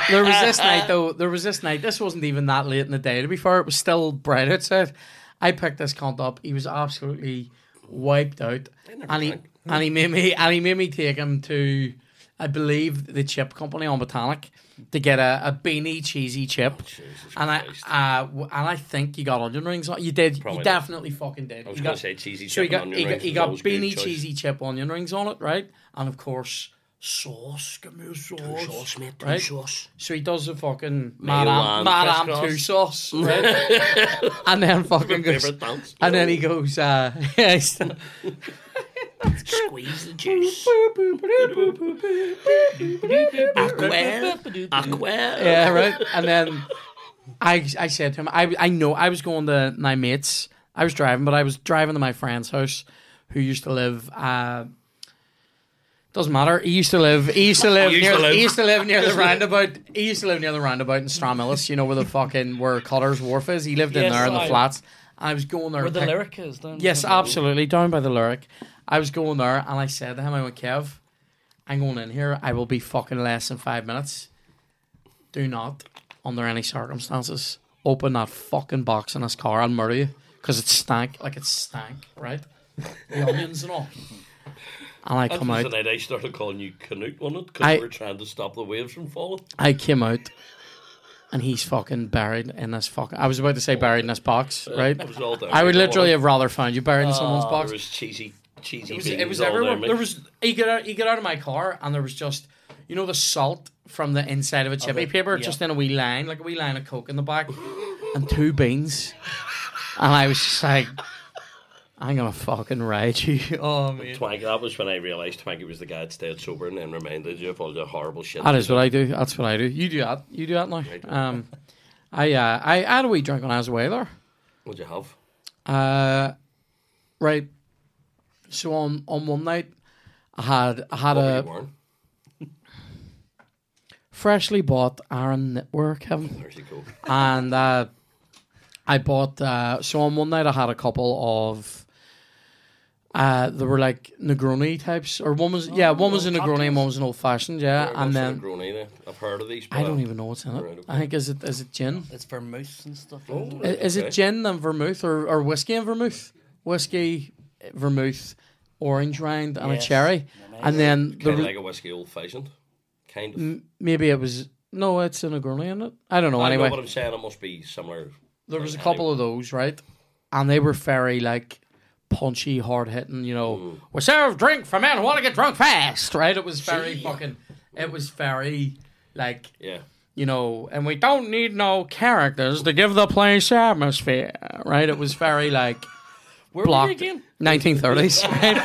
there was this night though. There was this night. This wasn't even that late in the day. To be fair, it was still bright outside. I picked this cunt up. He was absolutely wiped out,
never
and he
drank.
and he made me and he made me take him to, I believe, the chip company on Botanic to get a, a beanie cheesy chip.
Oh, Jesus
and I
Christ.
uh, w- and I think you got onion rings. on You did. you
Probably not.
definitely fucking did.
I was
You
going
got-
to say cheesy
so he
chicken
got
on
he
your
got,
rings.
he
was
got
always a good
beanie
choice.
cheesy chip onion rings on it, right? And of course sauce. Give me a sauce.
Sauce, mate. two
Right?
Sauce.
So he does the fucking mad
and
Am- mad Am
crisscross.
two sauce, right? and then fucking goes,
Favorite dance.
and then he goes, uh, he's-
Squeeze the juice. Aqua. Aqua.
yeah, right. And then I I said to him, I I know I was going to my mates. I was driving, but I was driving to my friend's house, who used to live. Uh, doesn't matter. He used to live. He used to live
used
near.
to live.
He used to live neir the roundabout. He used to live near the roundabout in Stramillis. You know where the fucking where Cutter's Wharf is. He lived in
Yes,
there in the
I-
flats. And I was going there.
Where
to
the
pick-
lyric is. Down
Yes,
there.
absolutely. Down by the lyric. I was going there and I said to him, I went, Kev, I'm going in here. I will be fucking less than five minutes. Do not, under any circumstances, open that fucking box in this car. I'll murder you. Because it stank. Like it stank, right? The onions and all. And I
That
come
was
out.
the night I started calling you Canute, wasn't it?
I-
Because we were trying to stop the waves from falling.
I came out. And he's fucking buried in this fucking. I was about to say buried in this box, right?
It was all down
I would
there,
literally
wasn't
have rather found you buried in someone's
it?
box.
There was cheesy, cheesy.
It was, it
beans
was
all down
everywhere.
me.
There was he got out, he got out of my car and there was just you know the salt from the inside of a chippy paper
yeah.
just in a wee line like a wee line of coke in the back and two beans and I was just like I'm gonna fucking ride you. Oh man,
Twank, that was when I realised Twanky was the guy that stayed sober and then reminded you of all the horrible shit.
that is what I do. That's what I do. You do that. You do that now. Um, I uh, I I had a wee drink when I was away there.
What'd you have?
Uh, right. So on on one night, I had I had
What
a
were you wearing?
freshly bought Aaron knitwear, Kevin.
There's you go.
and uh, I bought. Uh, so on one night, I had a couple of uh, they were like Negroni types, or one was
Oh,
yeah, one was a Negroni and one was an old fashioned, yeah, and then
Negroni, I've heard of these. but
I don't even know what's in it. I think is it is it gin?
It's vermouth and stuff.
Oh,
isn't it?
I- Is
okay.
it gin and vermouth, or or whiskey and vermouth? Whiskey, vermouth, orange rind, and
Yes.
a cherry, and then there
Kind
was,
of like a whiskey old fashioned, kind of.
maybe it was no, it's a Negroni in it. I don't know.
I
anyway,
know what I'm saying. It must be similar.
there was a couple of those, right? And they were very like punchy, hard hitting. You know, we serve drink for men who want to get drunk fast, right? It was very fucking. It was very like
Yeah,
you know, and we don't need no characters to give the place atmosphere, right? It was very like.
Where were
blocked
we again?
1930s, right?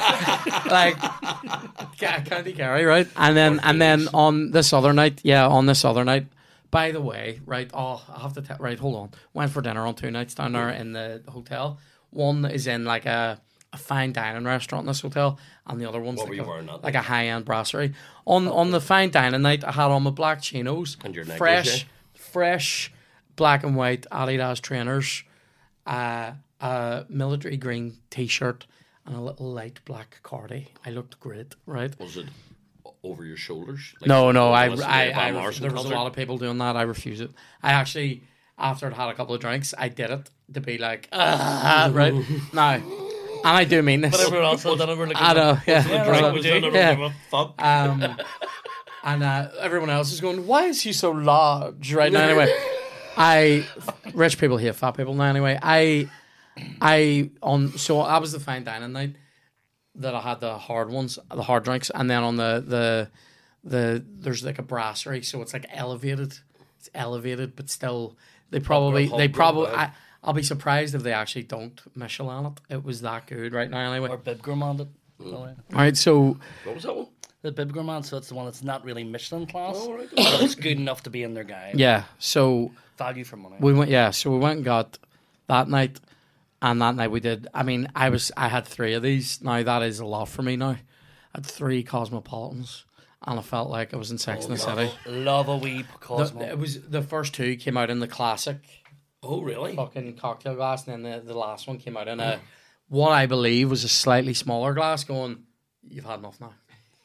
like Ca- County Kerry, right? And then and then on this other night, yeah, on this other night. By the way, right? Oh, I have to tell. Right, hold on. Went for dinner on two nights down there in the hotel. One is in like a, a fine dining restaurant in this hotel, and the other one's
What were
like,
you
a,
wearing that
like a high end brasserie. On on the fine dining night, I had on my black chinos,
And your negligee.
fresh, fresh, black and white Adidas trainers uh, a military green t-shirt and a little light black cardi. I looked great, right?
was it o- over your shoulders? Like
No, no, I,
Listen to
I,
a
I,
Van Morrison
there was a
concert?
lot of people doing that. I refuse it. I actually, after I'd had a couple of drinks, I did it to be like, "Ah," right? No, and I do mean this.
Everyone else had that over like
I know, yeah.
Right,
Right,
was it
dude.
over
Yeah.
the fuck?
Um, and uh, everyone else is going, why is he so large right now? Anyway, I, rich people here, fat people now. Anyway, I, I on so I was the fine dining night that I had the hard ones, the hard drinks, and then on the the the there's like a brasserie, so it's like elevated, it's elevated, but still they probably
hot
they
girl
probably.
vibe.
I, I'll be surprised if they actually don't Michelin it. It was that good right now, anyway.
Or
All
Bib Gourmand. it.
Mm.
Oh, yeah.
right, so
What was that one?
The Bib Gourmand, so it's the one that's not really Michelin class, but it's good enough to be in their guide.
yeah, so
Value for money.
We went, yeah. So we went and got that night, and that night we did. I mean, I was, I had three of these. Now that is a lot for me. Now, I had three cosmopolitans, and I felt like I was in Sex and the City.
Love a wee Cosmo.
It was the first two came out in the classic
Oh, really?
fucking cocktail glass, and then the, the last one came out in a what I believe was a slightly smaller glass. Going, you've had enough now.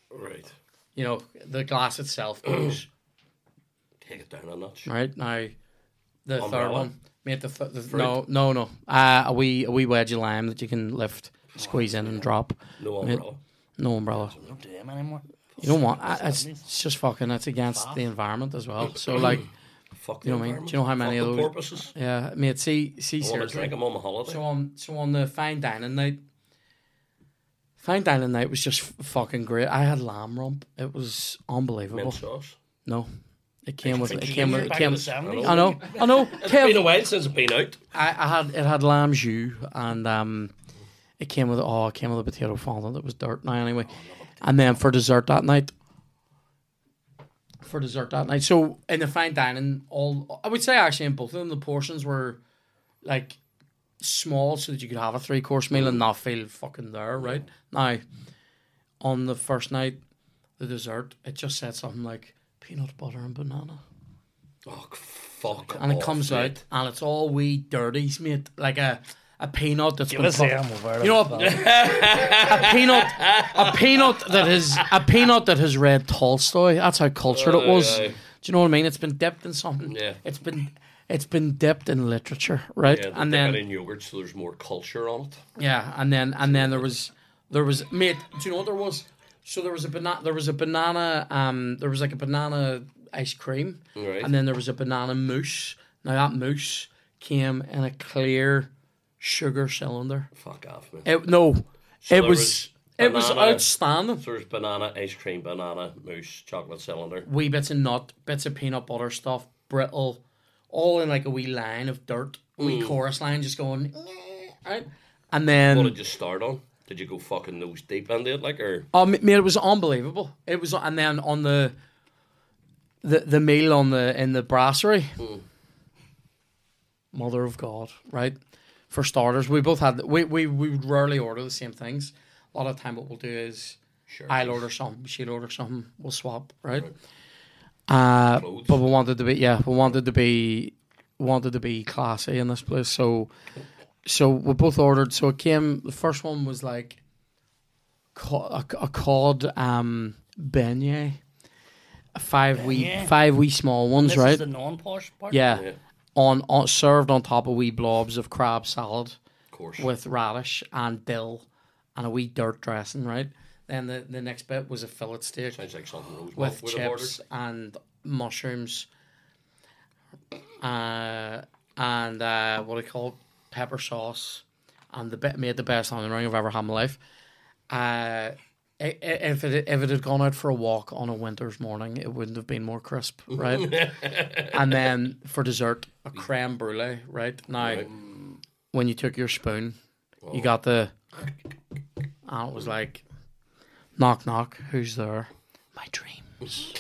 Right.
You know, the glass itself goes.
Take it down a notch.
Right now, the third
Umbrella?
one, mate. The, th- the no, no, no. Uh, a wee, a wee wedge of lime that you can lift, squeeze in, and drop.
No umbrella.
No umbrella.
I don't do them anymore.
You don't want. I, it's, it's just fucking. It's against the environment as well.
Mm.
So like,
Fuck
you know what I mean? Do you know how many
Fuck
of
the
those?
porpoises?
Yeah, mate. See, see,
I want to
seriously.
drink them on my holiday.
So on so on the fine dining night, fine dining night was just f- fucking great. I had lamb rump. It was unbelievable.
Mint sauce.
No, it came with it
Like,
came with it
back
came.
in the 70s.
I know, I know. Kev,
Been a while since I've been out.
I, I had it had lamb jus and um, it came with oh it came with a potato fondant that was dirt now anyway, and then for dessert that night. For dessert that night, so in the fine dining, all I would say actually in both of them the portions were like small so that you could have a three course meal and not feel fucking there, right? Now, on the first night, the dessert it just said something like peanut butter and banana
Oh, fuck.
and
off,
it comes
mate.
out and it's all wee dirties, mate. Like a, a peanut that's been
Listen,
fucked-
I'm aware of
You know,
that.
a, a peanut, a peanut that has a peanut that has read Tolstoy. That's how cultured it was.
Aye, aye.
Do you know what I mean? It's been dipped in something.
Yeah.
It's been it's been dipped in literature, right?
Yeah,
and then
in yogurt, so there's more culture on it.
yeah, and then and then there was there was mate. Do you know what there was? So there was a banana. There was a banana. Um, there was like a banana ice cream,
Right.
and then there was a banana mousse. Now that mousse came in a clear sugar cylinder.
Fuck off, man.
It no, it
there
was,
was
it was
banana-
outstanding.
So there's banana, ice cream, banana, mousse, chocolate cylinder.
Wee bits of nut, bits of peanut butter stuff, brittle, all in like a wee line of dirt, a wee chorus line, just going "Eh," right, and then
Mm. What did you start on? Did you go fucking nose deep into it, like, or
Oh, ma- mate, it was unbelievable. It was, and then on the the the meal on the in the brasserie, mother of God, right? For starters, we both had we we we would rarely order the same things. A lot of time, what we'll do is
sure,
I'll order something, she'll order something, we'll swap, right? Uh, but we wanted to be yeah, we wanted to be wanted to be classy in this place, so so we both ordered. So it came. The first one was like co- a, a cod um, beignet, a five wee five wee small ones,
This
right?
is the non-posh part.
yeah.
Yeah.
On, on served on top of wee blobs of crab salad
Of course.
with radish and dill and a wee dirt dressing, right? Then the, the next bit was a fillet steak
Sounds like something Rosemont
with
would have ordered.
chips and mushrooms uh, and uh, what do you call it? pepper sauce and the bit made the best onion ring I've ever had in my life. Uh, i- i- if it if it had gone out for a walk on a winter's morning, it wouldn't have been more crisp, right? and then for dessert, a creme brulee, right? Now, when you took your spoon, you got the, and it was like, knock knock, who's there? My dreams.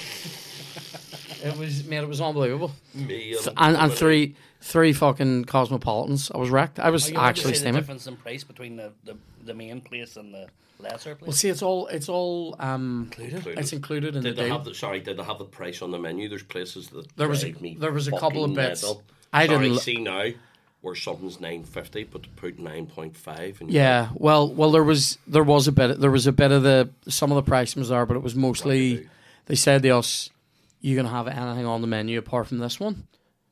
it was man, it was unbelievable
Me and,
and, and three three fucking cosmopolitans. I was wrecked. I was
Oh, You want to
actually
say the
steaming.
difference in price between the, the, the main place and the lesser
Well,
place.
see, it's all it's all um, included. It's included in
Did
the
they
deal.
have the sorry? Did they have the price on the menu? There's places that
There was a-
drive me
there was a couple of
fucking
bits.
mental.
I
sorry,
didn't lo-
see now where something's nine fifty, but to put nine point five. And
yeah, well, well, there was there was a bit there was a bit of the some of the pricing was there, but it was mostly they said to us, "You're gonna have anything on the menu apart from this one,"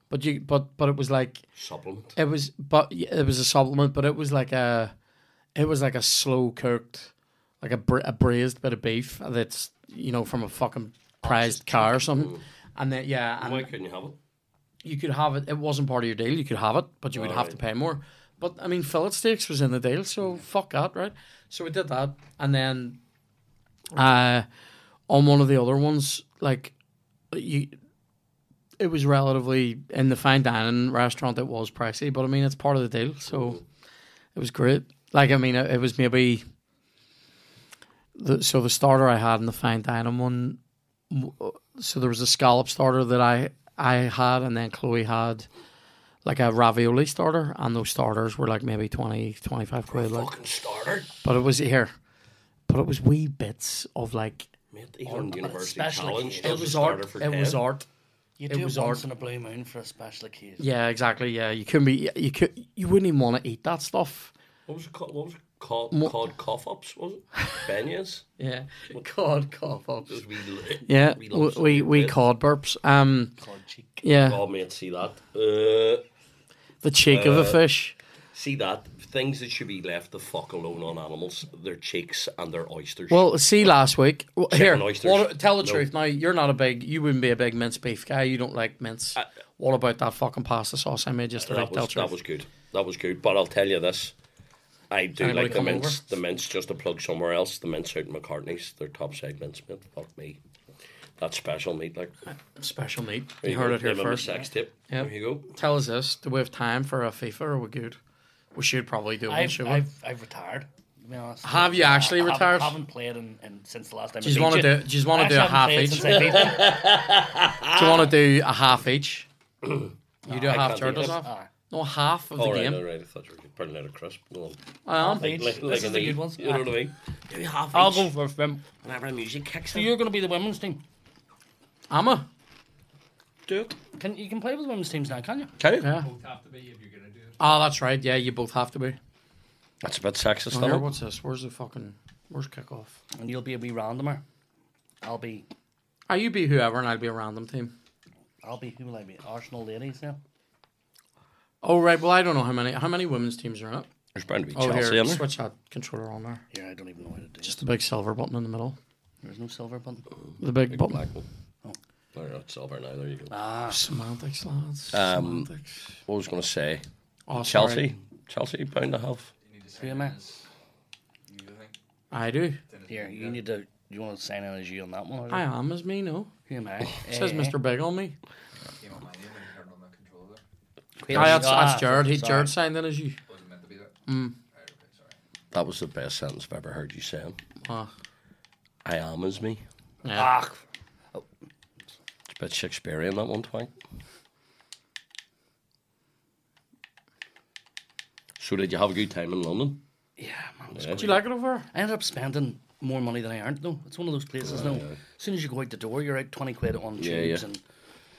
but you but but it was like
supplement.
It was, but yeah, it was a supplement, but it was like a, it was like a slow cooked, like a, bra- a braised bit of beef that's you know from a fucking prized car or something, and then yeah,
Why
and
couldn't you have it?
you could have it. It wasn't part of your deal. You could have it, but you would have to pay more. But I mean, fillet steaks was in the deal, so fuck that, right? So we did that, and then, uh, on one of the other ones, like you, it was relatively in the fine dining restaurant. It was pricey, but I mean, it's part of the deal, so it was great. Like I mean, it, it was maybe. The, so the starter I had in the fine dining one so there was a scallop starter that I I had, and then Chloe had like a ravioli starter, and those starters were like maybe 20, 25 quid. Like,
Fucking starter,
but it was here, but it was wee bits of like
mate. Even university
special
challenge.
occasion.
does
it was
a starter
art.
For
It was
10.
art.
You do it
was
was once
art.
in a blue moon for a special occasion.
Yeah, exactly. Yeah, you couldn't be. You could. You wouldn't even want to eat that stuff.
What was it called? What was it called? Cod cough ups? Was it? Beignets?
Yeah. God, cough ups.
Those wee-
Yeah,
wee
we
lumps of
we, we
bread.
cod burps. Um,
Cod cheek.
yeah,
Oh mate, see that. Uh,
the cheek of a fish.
see that. Things that should be left the fuck alone on animals. Their cheeks and their oysters.
Well, see last week. Well, Here,
oysters.
what- tell the
No.
truth. Now you're not a big. You wouldn't be a big mince beef guy. You don't like mince. what about that fucking pasta sauce I made yesterday?
that
Tell
was,
the truth.
that was good. That was good. But I'll tell you this. I do
Anybody
like the
come
mints.
over?
The mints just to plug somewhere else. The mints out in McCartney's. They're top side mints, mate. Fuck me. That's special meat. Like
Special meat.
there
You heard
go.
it here
Them and my
first.
Sex tip.
Yep.
There you go.
Tell us this: Do we have time for a FIFA? Or we're good. We should probably do one.
I've,
Should
I've,
we?
I've retired. to be honest.
Have you
I-
actually
I haven't-
retired?
haven't played in, in, since the last time.
Do you want to do? Do you want to do a half each? Do you
half
Ah!
want to do a half each? You do a half
can't do
turtles
this.
off. No, half of
All
the
right, all
game.
right. I thought you were putting out a crisp. Well,
I am.
like, like, like
This is
a
the
knee.
good ones.
You know what I mean? Do half
I'll
each
go for them.
whenever music kicks
So
in.
you're going to be the women's team.
Am I?
do it.
Can you can play with women's teams now? Can you?
Can you?
Yeah.
Both have to be if you're gonna do it.
Oh, that's right. Yeah, you both have to be.
That's a bit sexist,
Here,
though.
what's this? Where's the fucking? Where's kickoff?
And you'll be a wee randomer. I'll be.
Ah, you be whoever, and I'll be a random team.
I'll be. Who will I be? Arsenal ladies now.
Oh right, well I don't know how many how many women's teams are in it.
There's bound to be
Oh
Chelsea
here,
in there.
switch that controller on there.
Here, I don't even know how to do. Just
Just the big silver button in the middle,
there's no silver button.
the big, button.
Black one. Oh. There, it's over now. There you
Ah.
go.
Semantics, lads. Semantics.
what was going to say?
Oh, sorry.
Um, Chelsea. Chelsea bound to have.
You need to
Who
sign
am I?
in as you, I think.
I do.
Then it's
Here,
me,
you
yeah.
need to. You want to sign in as you on that one? Or
I am as me. No,
Who am I? Eh,
it
Eh.
says Mr. Big on me.
Came on my name when you turned on that controller there.
Ah, that's, that's Jared. He Jared signed in as you.
Wasn't meant to be there. Right, okay, sorry.
That was the best sentence I've ever heard you say.
Ah,
I am as me.
yeah.
Ah,
It's a bit Shakespearean that one twang. So did you have a good time in London?
yeah, man.
Yeah.
Do you like it over? there?
I ended up spending more money than I earned, though. It's one of those places, though. As soon as you go out the door, you're out 20 quid on
Yeah,
tubes
yeah.
and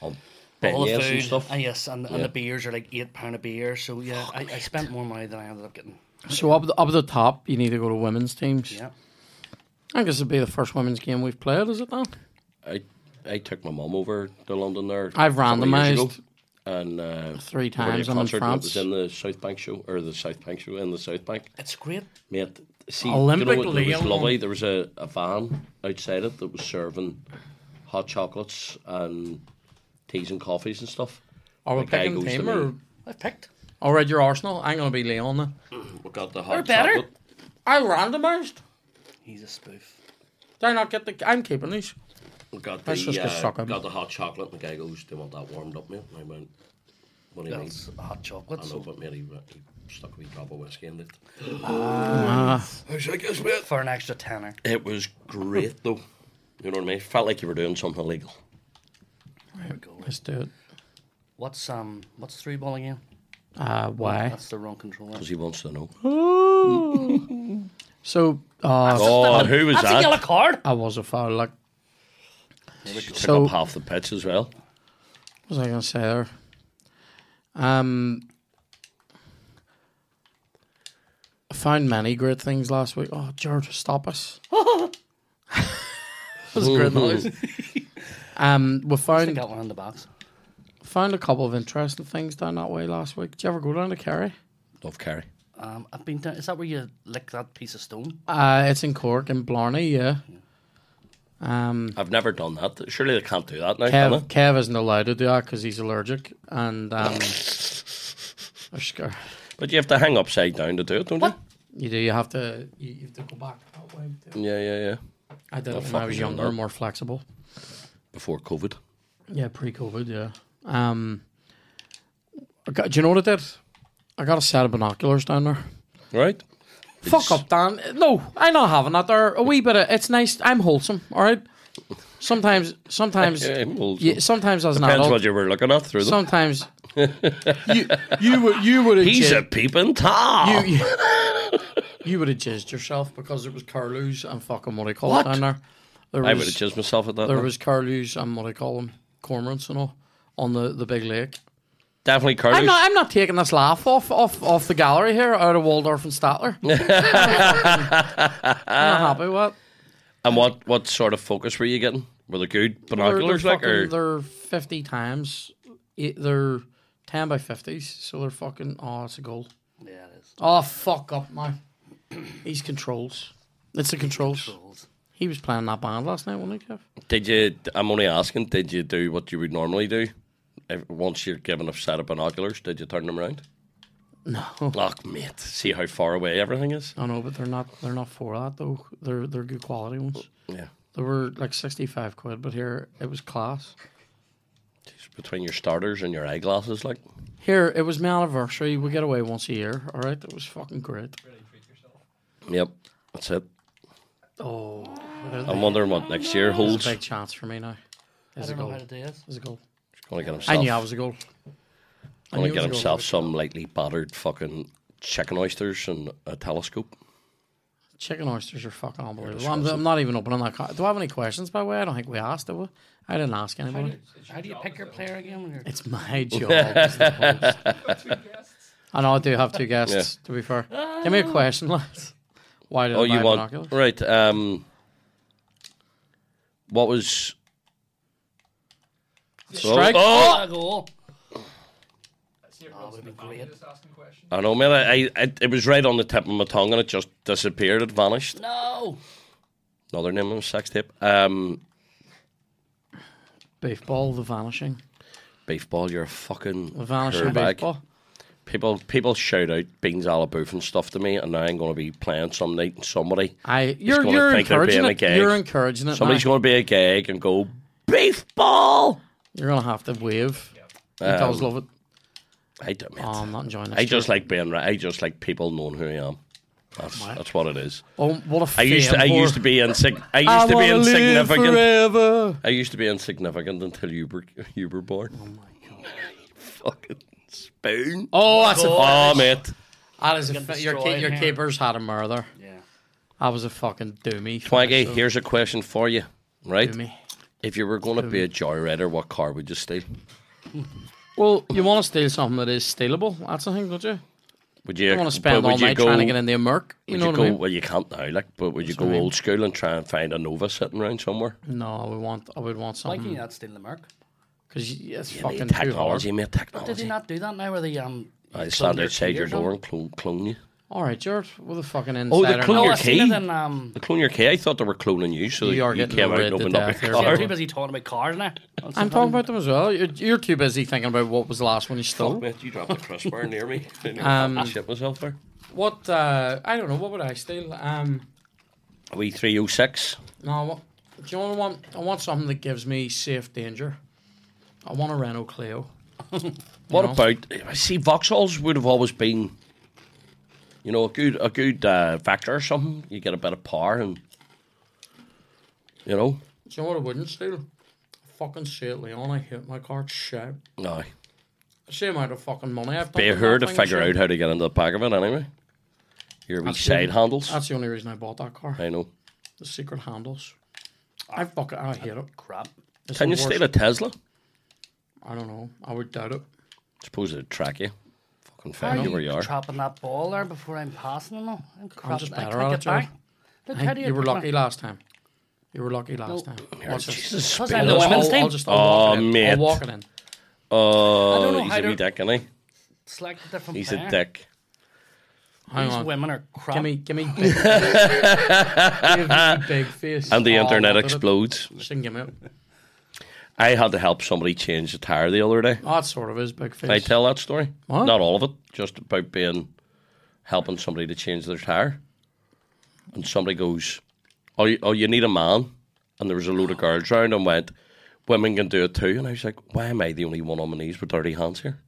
On
all the
beignets
food.
and stuff.
Ah, yes, and, and
Yeah.
the beers are like £8 a beer. So, yeah, I, I spent more money than I ended up getting.
So up the, up the top, you need to go to women's teams.
Yeah.
I think this will be the first women's game we've played, is it now?
I I took my mum over to London there.
I've
a couple of years
randomised
ago, and uh,
Three
we went
times
to a
and in
concert and it
France.
was in the South Bank show or the South Bank show in the South Bank.
It's great.
Mate, see,
Olympic
you know what,
Leon.
there was lovely. There was a, a van outside it that was serving hot chocolates and teas and coffees and stuff.
Are we
The guy
picking
goes to
team
me.
or
I picked.
all right? You're Arsenal. I'm gonna be Leon. Then.
We got the hot
better.
chocolate.
I randomised.
He's a spoof.
Did I not get the? I'm keeping these.
We got
That's
the
just a shock,
uh,
um.
got the hot chocolate. And the guy goes, "Do you want that warmed up, mate?" And I went, "What do you mean?"
That's hot chocolate.
I know,
so-
but mate, he, he stuck a wee drop of whiskey in it.
Ah,
I was like, "Yes, mate."
For an extra tenner.
It was great though. You know what I mean? Felt like you were doing something illegal.
There we go.
let's do it.
What's um what's three ball again?
Uh, why?
That's the wrong controller.
Because he wants to know.
Oh,
So, uh,
God, Oh, who was
That's a yellow
that?
card.
I was a foul. Like,
Took
So-
up half the pitch as well.
what was I gonna say there? Um, I found many great things last week. Oh, George, stop us!
That's a great noise.
Um, we
I think
found
that one in the box.
found a couple of interesting things down that way last week. Did you ever go down to Kerry?
Love Kerry.
Um, I've been down. Is that where you lick that piece of stone?
Uh, it's in Cork in Blarney, yeah. Um,
I've never done that. Surely they can't do that now, can
Kev,
they?
Kev isn't allowed to do that because he's allergic, and um, I'm scared.
But you have to hang upside down to do it, don't
What?
you do. You have to. You, you have to go back that way.
you? Yeah, yeah, yeah.
I did it when I
fuck
was
is it
younger,
about?
more flexible.
Before COVID.
Yeah, pre-COVID. Yeah. Um, I got, do you know what I did? I got a set of binoculars down there.
Right?
Fuck up, Dan. No, I'm not having that. There, a wee bit of it's nice. I'm wholesome. All right. Sometimes, sometimes,
Yeah, well,
yeah, sometimes as an
depends
adult,
what you were looking at through them.
sometimes you you would you would have
He's a
jizzed,
peeping Tom.
you, you would have jizzed yourself because it was curlews and fucking what do you call
What?
it down there. There
I would have
was
jizzed myself at that.
there
one.
was curlews and what do you call them cormorants and all on the, the big lake.
Definitely Curtis.
I'm not I'm not taking this laugh off off off the gallery here out of Waldorf and Statler. I'm not happy with. it.
and what, what sort of focus were you getting? Were they good
They're, they're,
binoculars, like, or
fucking- they're fifty times. eight- They're ten by fifties, so they're fucking. Oh, it's a goal.
Yeah, it is.
Oh fuck up, man. He's controls. It's the controls.
Goals.
He was playing that band last night, wasn't he, Kev?
did you? I'm only asking. Did you do what you would normally do? If- Once you're given a set of binoculars, did you turn them around? No. Look, mate. See how far away everything is.
I know, but they're not. They're not for that though. They're they're good quality ones.
Yeah.
They were like sixty five quid, but here it was class.
It's between your starters and your eyeglasses, like.
Here it was my anniversary. We get away once a year. All right, it was fucking great.
Really treat yourself.
Yep. That's it.
Oh,
I'm wondering what next year holds.
big chance for me now.
I
Is a
don't know
goal.
how to do this.
Is a goal.
Gonna get
I
himself.
knew I was a goal. I
Gonna
knew
get
it was a
himself some lightly battered fucking chicken oysters and a telescope.
goal. Chicken oysters are fucking unbelievable. I'm, I'm not even opening that. Co- do I have any questions? By the way, I don't think we asked. Did we? I didn't ask anybody.
How do you pick your player again when you're
It's my job. is the host. I know I do have two guests,
Yeah.
to be fair. Give me a question, lads. Why did
Oh,
I buy
you want
binoculars?
right? Um, what was
Strike.
Oh, oh,
a goal?
That's your oh,
would've been great.
Just asking questions.
I know, man. I, I it- it was right on the tip of my tongue, and it just disappeared. It vanished.
No.
Another name of a sex tape. Um,
Beef ball, the vanishing.
beef ball. You're a fucking
The vanishing beef
curd bag.
ball.
People people shout out beans a la boof and stuff to me, and now I'm going to be playing some night and somebody.
I, you're,
gonna
you're
think they're
encouraging it.
being a gag.
You're encouraging it.
Somebody's
Somebody's
going to be a gag and go beef ball.
you're going to have to wave. He does love it.
I don't. mate.
Oh, I'm not enjoying this.
Um, I just like being. right. I just like people knowing who I am. That's that's what it is.
Oh, what a
I used to, I used to be insig- I used to be insignificant.
forever.
I used to be insignificant until you were you were born. Oh my god! fucking spoon. Oh,
Oh, that's a,
mate,
that is a,
Fucking
your,
destroy
ke- your
him.
keepers had a murder.
Yeah.
I was a fucking doomy.
Twaggy.
So,
Here's a question for you. Right?
doomy.
If you were going to be a joyrider, what car would you steal?
Well, you want to steal something that is stealable. That's the thing, don't you?
Would you
I want to spend
but would
all
you
night
go-
trying to get into a Merc. You
would
know
you
what
go,
I mean?
Well, you can't now, like, but would you go old school and try and find a Nova sitting around somewhere?
No, I would want. I would want
Why can you
something
not steal the Merc?
because it's
You
fucking
need
too hard.
technology, mate,
Did
technology.
they not do that now? Where they um?
I
clone
stand
your
outside
key or
your door
something?
and clone, clone you.
All right, Jared, with a fucking
Oh,
insider.
they clone
now.
No,
your
I seen
key.
it in um.
They clone your key. I thought they were cloning you, so
You
that
are
you
getting
came out
rid
and
of
opened up
death
your
here.
Yeah,
car.
I'm too busy talking about cars now. That's
I'm
the
talking
problem.
about them as well. You're, you're too busy thinking about what was the last one you stole.
Mate, you dropped a crossbar near me.
Um,
I shit myself there.
What? Uh, I don't know. What would I steal? Um,
A wee 306.
no. I want, do you know what I want? I want something that gives me safe danger. I want a Renault Clio.
What
know?
about I see Vauxhalls would have always been, you know, a good a good uh, factor or something. You get a bit of power and, you know,
Do you know what I wouldn't steal? A fucking Seat Leon. I hit my car. It's shit.
no,
The same amount of fucking money. I've
be
dumped in
her
that
to
thing,
figure
so-
out how to get into the back of it anyway. Your wee
That's the-
side handles.
That's the only reason I bought that car.
I know.
The secret handles. I fucking I hate it.
crap.
It's
Can
the
you
worst.
steal a Tesla?
I don't know. I would doubt it.
Suppose it'd track you. Fucking
How
find you where you are.
trapping that ball there before I'm passing them? all? I'm, crap.
just
I
better
can't
at
get
it, Joe.
back. Look,
Hey,
how do you,
you were
come
lucky
on.
last time. You were lucky last time.
Here,
Watch this.
Jesus,
Because
speed
I'm
I'll
the
up.
just-
women's
I'll, I'll
team.
just I'll walk
Oh,
it in.
mate.
I'll walk it in.
Oh,
know
he's
how
a wee
to-
dick, isn't he?
Select a different
He's a
player.
dick.
Hang
These
on.
women are crap.
Give me, give me, big, give me big face.
And the
Oh,
internet
look at it.
explodes.
Just didn't give me it.
I had to help somebody change the tire the other day.
Oh, that sort of is big face.
Did I tell that story?
What?
Not all of it. Just about being helping somebody to change their tire. And somebody goes, "Oh, you, oh, you need a man." And there was a load of girls round and went, "Women can do it too." And I was like, "Why am I the only one on my knees with dirty hands here?"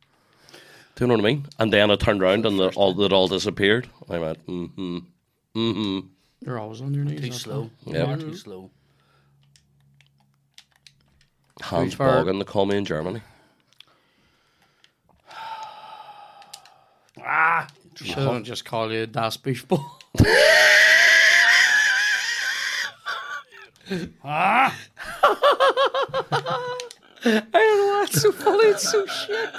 Do you know what I mean? And then I turned around and the, all it all disappeared. I went, "Mm-hmm."
You're always on your knees.
Too
that's
slow.
all.
Yeah.
Far Too slow.
Hans
far-
Bogen, they call me in Germany.
Ah,
Should I don't just call you Das Beefball. Ah! I don't know why it's so funny. It's so shit.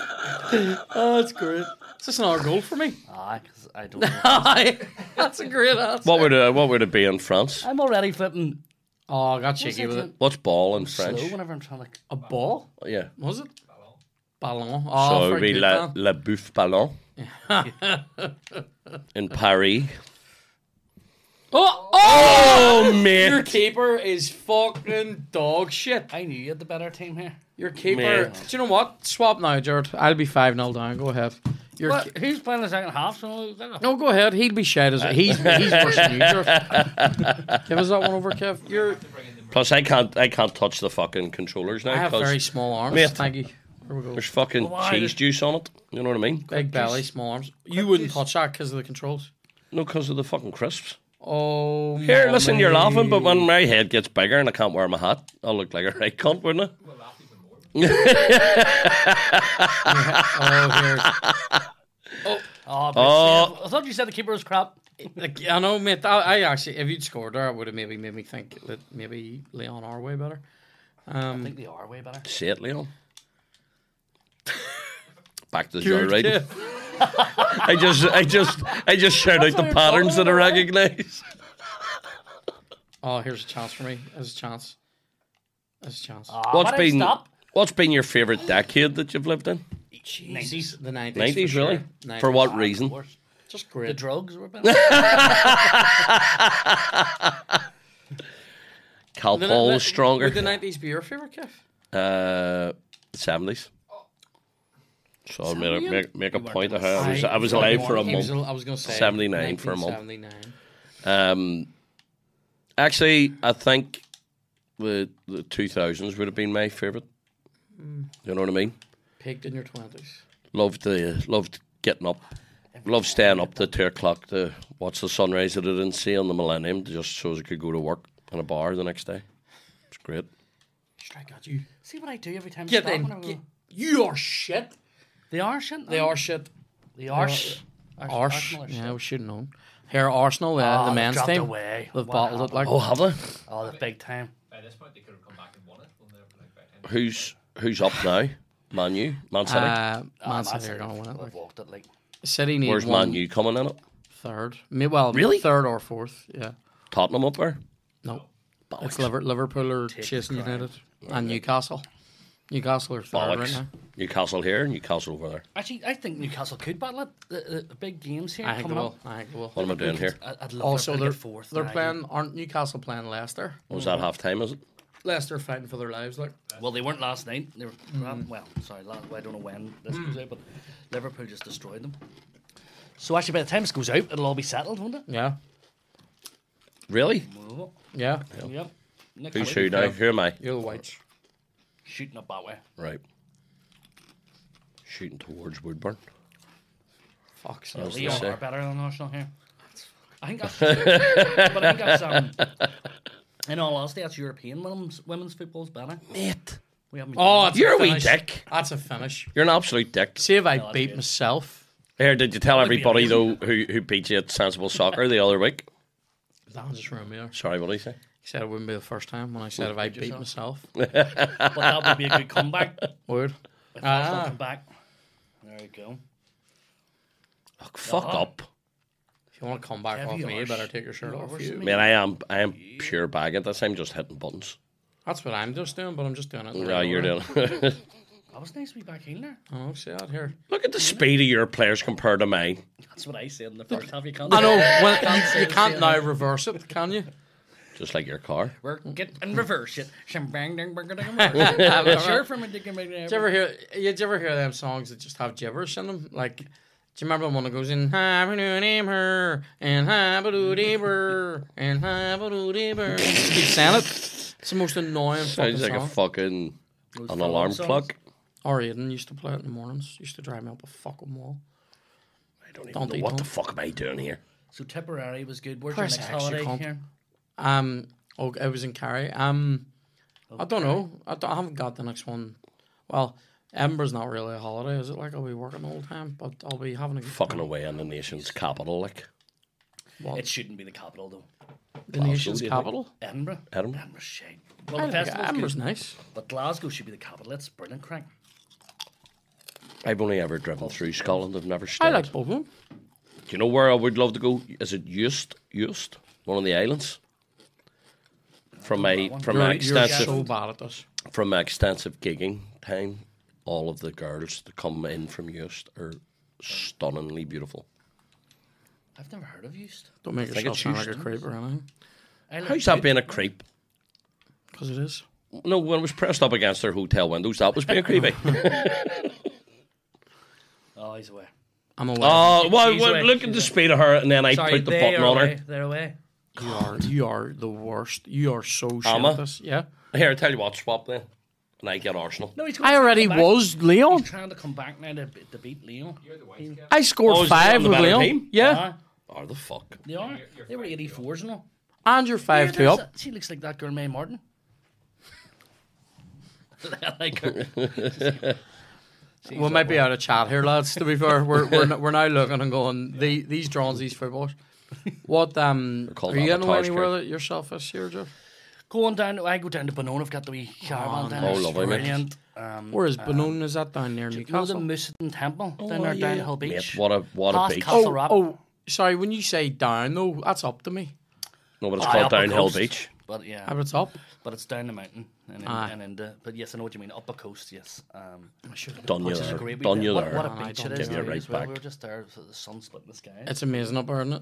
Oh, that's great. Is this another goal for me?
ah, 'cause I don't. know.
Aye. that's a great answer.
What would uh, what would it be in France?
I'm already flipping
Oh, I got
What's
cheeky
that
with it.
thing?
What's ball in
slow
French?
whenever I'm trying to.
A ball?
Yeah.
Was it? Ballon. Oh,
so it would
very
be
good,
la,
man.
la bouffe ballon in Paris.
Oh, oh!
Oh,
Your
mate.
keeper is fucking dog shit.
I knew you had the better team here.
Your keeper.
Mate.
Do you know what? Swap now, Jared. I'll be 5 0 down. Go ahead. Your
But
ke-
who's playing the second half? So
no, go ahead. He'd be shit as he's, he's worse than you, Jared. Give us that one over, Kev. You're,
Plus, I can't, I can't touch the fucking controllers
I
now
have very
because
small arms.
Mate.
Thank you. Here we go.
there's fucking
Why
cheese
the-
juice on it. You know what I mean?
Big belly, small arms. You wouldn't touch that because of the controls.
No, because of the fucking crisps.
Oh,
Here, listen, you're
mommy.
laughing, but when my head gets bigger and I can't wear my hat, I'll look like a right cunt, wouldn't I?
Oh,
Oh, but
Oh.
see, I thought you said the keeper was crap.
here. Like, I know, mate. I, I actually, if you'd scored there, it would have maybe made me think that maybe Leon are way better.
I think they are way better.
Say it, Leon. Back to the
Good
joy riding.
kid.
I just, I just, I just shout out the patterns that I recognise.
Oh, here's a chance for me. There's a chance. There's a chance.
Ah,
What's
why did I
been,
stop?
what's been your favourite decade that you've lived in?
Jesus, the 90s.
Nineties,
for
really?
sure. 90s.
For what reason?
Worse.
Just
The
great.
drugs were better.
Cal
The-
Paul
the-
was stronger.
Would the 90s be your favourite, Kev?
Uh, seventies. So I made a,
Seventy?
make, make a
weren't
point of
alive.
how I was, I was
Aye.
alive for a
He was
month.
al- I was going to say
79 for a month.
1979.
Um, actually, I think the the two thousands would have been my favorite.
Hmm.
You know what I mean?
Peaked in your 20s.
Loved the loved getting up, loved staying up to two o'clock to watch the sunrise that I didn't see on the Millennium, just so I could go to work in a bar the next day. It's great.
Strike at you.
See what I do every time. I
Get
stop
in.
whenever-
Get, you are shit.
They are shit.
They are shit.
They are sh-
Arse.
Arsenal are
Yeah,
shit.
we should have known. Here, Arsenal, uh,
Oh,
the
they've
men's
dropped
team.
away.
They've
What
bottled it
happened?
like.
Oh, have they?
Oh, the big time.
By this point, they could have come back and won it. We'll never look back anyway.
Who's who's up now? Man U, Man City.
Uh, Man
That's
City are going to win it.
I've
Like.
walked it like
City need
Where's
one
Man U coming in it?
third. May- Well,
Really?
third or fourth. Yeah.
Tottenham up there.
No. It's
Bollocks.
Liver- Liverpool or
Take the
chasing
crown.
United and Newcastle. Newcastle are third right
Bollocks.
now.
Newcastle here, Newcastle over there.
Actually, I think Newcastle could battle it. The, the, the big games here
I think they
coming
will.
up.
I think they will.
What am I doing here?
I- I'd love
Also,
they're
Oh, they're,
fourth.
they're
now.
playing. Aren't Newcastle playing Leicester?
What was that half time? Is it?
Leicester fighting for their lives. Like
Well, they weren't last night. They were
Mm.
well. Sorry, last, I don't know when this goes out, but Liverpool just destroyed them. So actually, by the time this goes out, it'll all be settled, won't it?
yeah,
Really?
Move
yeah.
it. Yep. Next
Who's
week,
who now? Who am I?
You're the whites.
Shooting up that way.
Right. Shooting towards Woodburn.
Fuck.
I was
Leo
gonna say.
are better than Arsenal here. I think that's, but I think that's um, in all honesty, that's European women's women's football's better.
Mate.
We haven't. been-
Oh, that's
You're a wee
finish.
dick.
That's a finish.
You're an absolute dick.
See if I
that'd be
beat
good.
myself.
Here, did you tell
be
everybody though who, who beat you at Sensible Soccer the other week?
That's just room here. He
Sorry, what did he say?
said it wouldn't be the first time when I said if I beat myself.
but that would be a good comeback.
Word.
If Arsenal
Ah,
come back, there you go.
Oh, fuck
Uh-huh.
up.
if you want to come back
Have
off
you
me, you
arse-
better take your shirt
you
off
arse
you.
me?
Man, I am I am pure bag at this. I'm just hitting buttons.
That's what I'm just doing, but I'm just doing it. in the
No,
right
you're
order.
doing.
I was nice to be back in there.
Oh, see out here.
Look at the speed of your players compared to mine.
That's what I said in the first half. You can't.
I know. Well,
say
you, you
the
can't
same.
now reverse it, can you?
Just like your car.
We're get in reverse it. Shim Mm. bang dang bang dang. bang.
Did
Sure, from a dick and bang, bang,
you
bang.
ever hear? You did you ever hear them songs that just have gibberish in them? Like, do you remember the one that goes in "Hi, my new name her and hi, ba doo dee brr, and hi, ba doo dee brr"? Just Keep saying it. It's the most annoying fucking
Sounds like a
song.
fucking
Those
an
phone
alarm
songs.
clock.
Ari Eden used to play it in the mornings. Used to drive me up a fucking wall.
I don't even
Don't
know
they
what the
don't?
fuck am I doing here.
So Tipperary was good. Where's
Press
your next
X, you
holiday
can't-
here?
Um, oh, it was in Kerry. Um, I don't know. I, don't- I haven't got the next one. Well, Edinburgh's not really a holiday, is it? Like I'll be working all the time, but I'll be having a good
Fucking
time.
away in the nation's capital, like
Well,
It shouldn't be the capital though.
the
Glasgow,
nation's
do you think?
capital.
Edinburgh.
Edinburgh.
Edinburgh's shade. Well,
I
the
think
festival's
Edinburgh's
good,
nice.
but Glasgow should be the capital. That's brilliant, crack.
I've only ever driven through Scotland. I've never stayed.
I like both of them.
Do you know where I would love to go? Is it Eust? Eust, one of the islands. From my from my
You're, you're
extensive
so bad at this.
from my extensive gigging time, all of the girls that come in from Eust are stunningly beautiful.
I've never heard of Eust.
Don't make
think
yourself
it's
sound like a
Houston.
creep or anything,
I like
How's that
Eust.
being a creep?
because it is.
No, when it was pressed up against their hotel windows, that was being creepy.
Oh, he's away.
I'm aware.
Oh, well,
She's
well,
away,
look
she's
at the
away.
speed of her, and then I
Sorry,
put the
they
button
are
on
away.
her.
They're away.
you are you are the worst. You are so shit
Am I?
at this. Yeah.
Here, I tell you what, swap then, and I get Arsenal.
No, he's.
I already
come back.
was Leon.
He's trying to come back now to, b- to beat Leo.
You're the white guy.
I scored
Oh, is Leon
five
the
with
better
Leon.
team?
Yeah,
Ah,
Or the fuck?
they are.
you're- you're
They were
fine,
84s and all.
and you're
Yeah,
five two
there's
up.
that- she looks like that girl, May Martin. I like her.
We might be out of chat here, lads. To be fair, we're we're, n- we're now looking and going the, these drones, these footballers. What um
called
are you going
avatars,
anywhere
Craig.
that yourself this year, Joe?
Going down, I go down to Bonone. I've got the wee caravan down
no.
there.
Oh, lovely, mate.
Brilliant. Um,
Where is Bonon? Is that down near
you know the
Newcastle?
Mooseden Temple down there, down Hill Beach.
Mate, what a what
Past
a beach!
Cal-
oh,
Castle
oh, sorry. When you say down, though, that's up to me.
no, but it's
Aye,
called
up the
Downhill
coast.
Beach.
But yeah,
Ah, but it's up.
but it's down the mountain and in,
Aye.
and in the, But yes, I know what you mean. Up a coast, yes. Um,
Done you
which is a
there.
great wee
Done
bit.
you
what,
there.
what
Aye,
a beach
don't
it is.
give you
too,
right
as well.
back.
We were just there, so the sun split in the sky.
It's amazing up there, isn't it?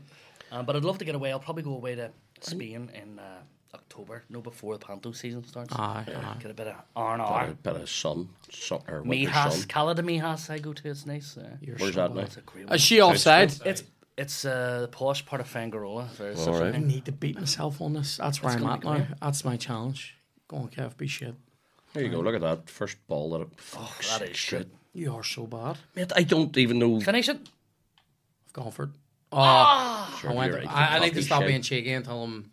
Um, but I'd love to get away. I'll probably go away to Spain in uh, October, no, before the Panto season starts.
Aye, aye.
Get a bit of R and
A
R.
bit of sun, sun or winter sun.
Mihas, Cala de Mihas. I go to. It's nice. Uh,
Where's that now?
it's a great. One.
Is she offside?
It's it's uh, the posh part of Fangarola. There's such
Alright.
a
I
thing.
need to beat myself on this. That's where I'm
gonna
at
be
now.
great.
That's my challenge. Go on, Kev, be shit.
There you go. Look at that first ball that. It, fuck,
Oh, That is shit.
You are so bad.
Mate, I don't even know.
Finish it.
I've gone for it. Oh,
Ah,
Sure,
I, went,
you're right,
I, I
you're
need to
fucking
stop
shit.
being cheeky until I'm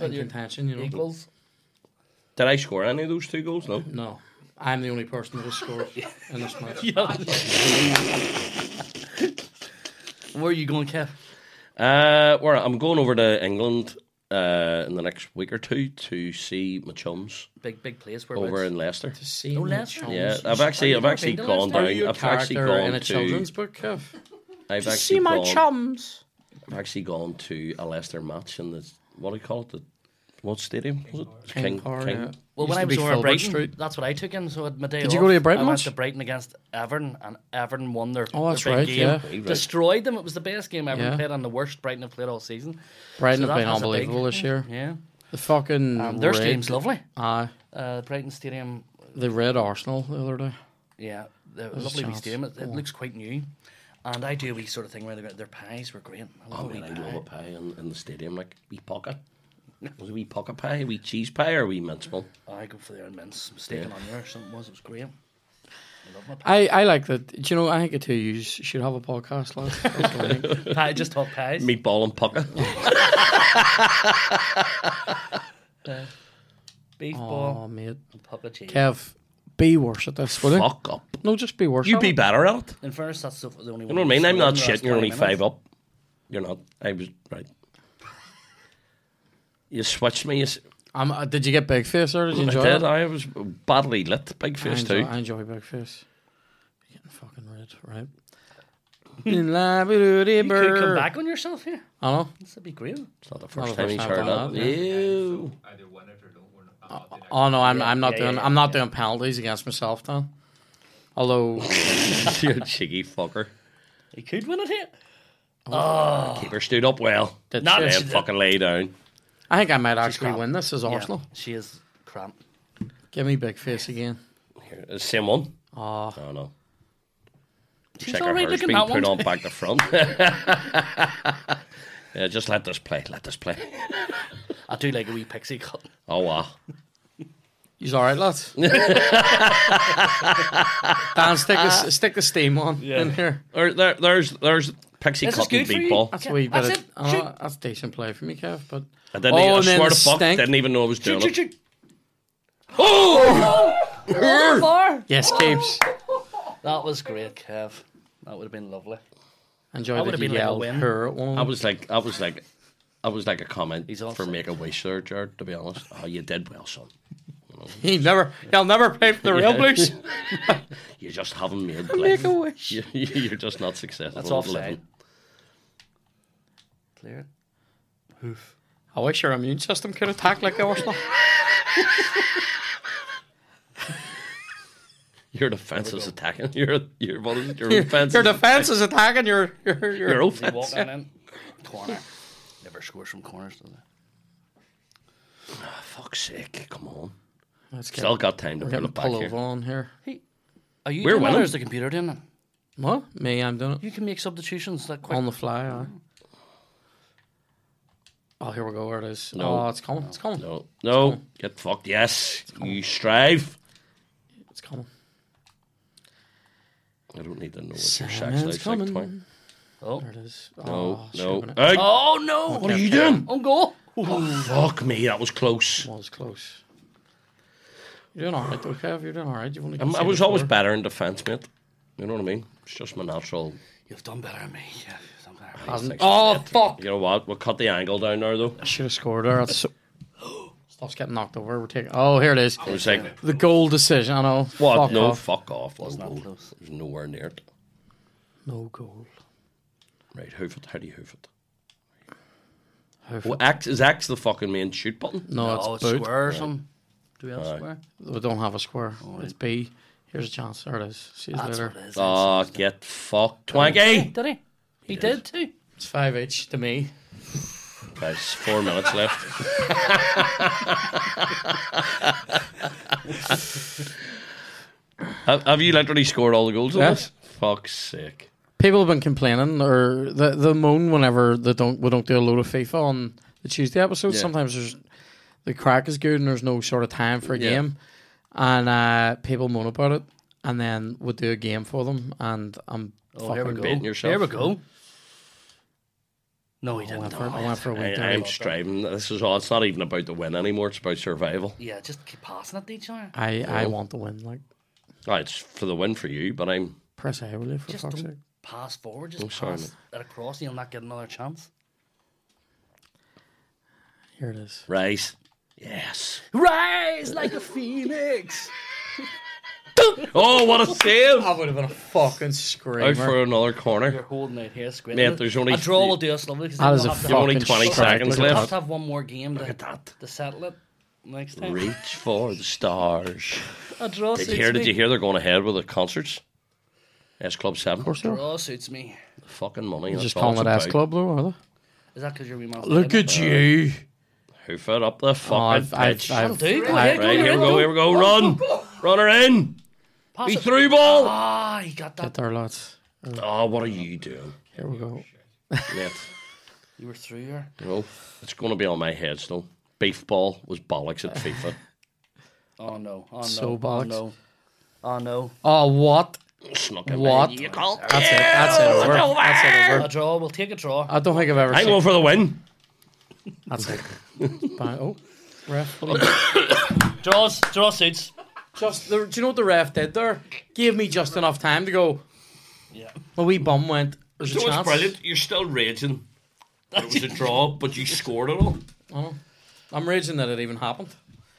in
you're
contention, you know.
Equals.
Did I score any of those two goals? No.
No. I'm the only person that has scored in this match.
Where are you going, Kev?
Uh, where I'm going over to England uh, in the next week or two to see my chums
Big big place. Where
over in Leicester.
To see
No,
me
Leicester.
challenge.
Yeah, I've actually,
Are you
I've actually
going to
gone
Leicester?
Are
down.
you a
I've actually
character
gone
in a
to.
children's book, Kev?
I've
You
actually
see my
gone,
chums.
I've actually gone to a Leicester match in the what do you call it? The what stadium was it? It's
King Power, yeah.
Well,
Used
when
to
I was
be
over at
Filbert
Brighton,
Street.
that's what I took in. So at my day
Did you
off,
go to a Brighton
I went
match?
to Brighton against Everton, and Everton won their.
Oh, that's
their
right,
Big
yeah.
game.
Right,
right.
Destroyed them. It was the best game Everton
Yeah.
played, and the worst Brighton have played all season.
Brighton have
So that
been
has a big-
unbelievable this year.
Yeah,
The fucking
um, their
red-
stadium's lovely.
Aye.
Uh, Brighton Stadium,
the red Arsenal the other day.
yeah, the
a
lovely wee
chance.
stadium. It, it looks quite new, and I do a wee sort of thing where they go, their pies were great. I love
Oh,
a wee
man, I
pie.
love a pie in, in the stadium, like wee pocket. Was it wee pocket pie, a wee cheese pie, or a wee mince one?
I go for the Iron Mince, steak and onion or something was. It was great. I love my pie.
I, I like that. Do you know, I think the two of you should have a podcast, lads. That's what I think.
pie just talk pies.
Meatball and pocket.
Beef
Oh,
ball,
mate.
and puppet cheese.
Kev, be worse at this, will you?
Fuck up.
No, just be worse
You
at
be
it.
better at it.
In fairness, that's the, the only
You
one.
know what I mean? I'm not
scored in
shitting. You're
the
only
last 20
five
minutes.
up. You're not. I was right. You switched me. You, s-
Um, uh, did you get big face or did you
I
enjoy
did.
it?
I was badly lit. Big face
I
too.
enjoy, I enjoy big face. You're getting fucking red, right? In la birdie
You could come
bird.
back on yourself here.
I know.
This would be great.
It's not the
Not the
first time
first
he's
time
heard
I've done
that.
that, yeah.
Ew.
Either win it or don't win it. I'm not doing it.
Oh no, I'm I'm not
yeah,
doing
yeah,
I'm not doing penalties against myself, Dan. Although
you cheeky fucker.
You could win it here.
Keeper stood up well.
did
Not
shit.
Then fucking lay down.
I think I might actually
crap.
win this as Arsenal.
Yeah, she is cramp.
Give me big face again.
Here, it's the same one.
Oh,
Oh no.
She's
Checker
all right
has
looking
been
that
put
one.
on back the front. yeah, just let this play. Let this play.
I do like a wee pixie cut.
Oh wow.
he's all right, lads. Dan, stick the stick the steam on in here.
There, there, there's there's Pixie
This is
Cotton
good for you.
Meatball.
That's
Okay,
a wee bit
that's
of,
it.
I know
Shoot.
that's decent play for me, Kev. But
I didn't
Oh,
even, I
and then
swear
the
to fuck,
stink.
didn't even know I was doing
Shoot,
it.
shoot. Oh! Far.
yes, Keeps.
That was great, Kev. That would have been lovely.
Enjoy
That
the
would've been
yell.
like a
Yell
win.
her at one.
I was like, I was like, I was like a comment
He's
for
offside.
make a wish there, Jared. To be honest, oh, you did well, son.
He never, he'll never play for the Real
Yeah.
Blues.
You just haven't made
Make a
play.
wish.
You- You're just not successful.
That's
at
offside.
living.
Clear.
I wish your immune system could attack like Arsenal.
Your defense is attacking. Your your what is it? Your offense.
Your
is-
defense is attacking your your your.
Your
Is he
offense.
walking in? Corner. Never scores from corners, does he?
Fuck's sake! Come on.
Let's get,
Still got time to
we're
pull
getting
it back
pull
here.
over on here.
Hey, are you
We're
doing that
winning.
or is the computer doing it?
What? Me, I'm doing it
You can make substitutions that quick.
on the fly. Aye. Oh, here we go. Where it is?
No.
Oh, it's coming. It's coming.
No, no, get fucked. Yes, you strive.
It's coming.
I don't need to know what your
Sandman's
sex life's like.
coming.
Twine.
oh.
There it is.
No,
Oh,
no.
should've been-
Hey,
oh, no.
what are you doing? Oh,
On goal.
Fuck me, that was close.
was close. You're doing all right, though, Kev. You're doing all right. You've only.
I'm, I
conceded
was always
four.
better in defence, mate. You know what I mean? It's just my natural.
You've done better than me. Yeah, you've done better than me.
Hasn't- Oh fuck!
You know what? We'll cut the angle down there, though.
I should have scored there. That's so- Stuff's getting knocked over. We're taking. Oh, here it is.
It was like,
The goal decision. I know.
what?
Fuck
no,
off.
fuck off. It was
not close.
It was nowhere near it.
No goal.
Right, hoof it. How do you hoof it?
Hoof
Well, X is X the fucking main shoot button?
No,
Oh,
it's
it's
boot.
square or something. Do we have
Aye.
square?
We don't have a square. It's B. Here's a chance. There it is. See you
Oh, That's
later.
what it is.
Ah, get fucked,
Hey,
Twanky.
did he? He did too.
It's five each to me.
There's four minutes left. have, have you literally scored all the goals? on
Yes.
this? Fuck's sake.
People have been complaining or the the moan whenever they don't we don't do a load of FIFA on the Tuesday episode.
Yeah.
Sometimes there's the crack is good and there's no sort of time for a
Yeah.
game, and uh, people moan about it, and then we do a game for them, and I'm
Oh, here we
fucking
go.
beat.
Beating yourself.
Here we go. No,
Oh,
he
I
didn't.
went for, I went for a
I,
week. there.
I'm striving. This is all. It's not even about the win anymore. It's about survival.
Yeah, just keep passing it to each other.
I, I want to win. Like
Oh, it's for the win for you, but I'm.
press A, will you? For
Just
fuck's sake.
don't pass forward. Just
Oh, sorry,
pass it across, and you'll not get another chance.
Here it is.
Right. Yes.
Rise like a phoenix.
Oh, what a save!
I would have been a fucking
Out
screamer.
for another corner.
You're holding it here, squid.
Mate, there's only
a draw
three-
will do us lovely. 'cause
That
then
is
we'll
a
have to-
You're only
fucking
20
strike.
seconds
Look at
left.
We'll have
that.
to have one more game to,
that.
to settle it next time.
Reach for the stars.
A draw
Did
suits
you hear?
me.
Did you hear? They're going ahead with the concerts. S Club Seven. Of course,
A draw suits me.
fucking money.
Just
That's all
calling
it's
it S
about.
Club, though, are they?
Is that because you're wee man's
Look
table?
at you.
Hoof it up the fucking
Oh, I've,
pitch.
I've, Oh, I've,
do, go
I-
ahead,
right, here we
Go,
go.
go,
Here we go. Run, run her in.
Pass
He
it.
through ball.
Ah, he got that.
Get there, lads.
Oh, what are you doing?
Here we go.
Mate,
You were through here.
you know, it's going to be on my head still. Beef ball was bollocks at FIFA.
Oh no. Oh no.
So
oh
bollocks.
no. Oh no.
Oh, what?
Snuck it.
What?
You call it.
That's it. That's it. Over. That's it.
A
Over.
draw. We'll take a draw.
I don't think I've ever
I'm
seen.
going for the win.
That's it. Bang. Oh, ref.
Draws. Draw suits.
Just the, do you know what the ref did there? Gave me just enough time to go.
Yeah.
My wee bum went. There's a
So it's
chance.
brilliant. You're still raging. It was a draw, but you scored it all.
I know. I'm raging that it even happened.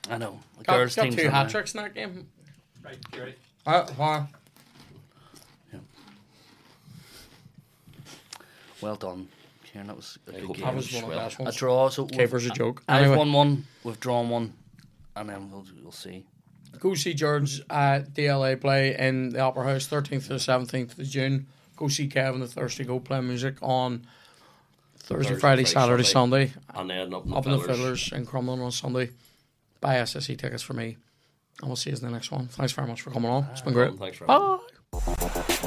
I know. The
Got,
girls'
got
team's
two
in
hat
there.
tricks in that game.
Right, Jerry.
Uh, huh.
Well done, Kieran. That was a good
hope
game.
That was one of the last
a
ones.
draw. So
Caver's a joke.
I've
Anyway.
won one. We've drawn one, and then we'll we'll see.
Go see George at DLA play in the Opera House, 13th to the 17th of June. Go see Kevin the Thursday. Go play music on Thursday,
Thursday,
Friday,
Friday,
Saturday,
Sunday.
Sunday.
And then up in the,
Up in the
Fiddlers.
Fiddlers in Crumlin on Sunday. Buy SSE tickets for me. And we'll see you in the next one. Thanks very much for coming on. It's been great.
Thanks for having me.
Bye.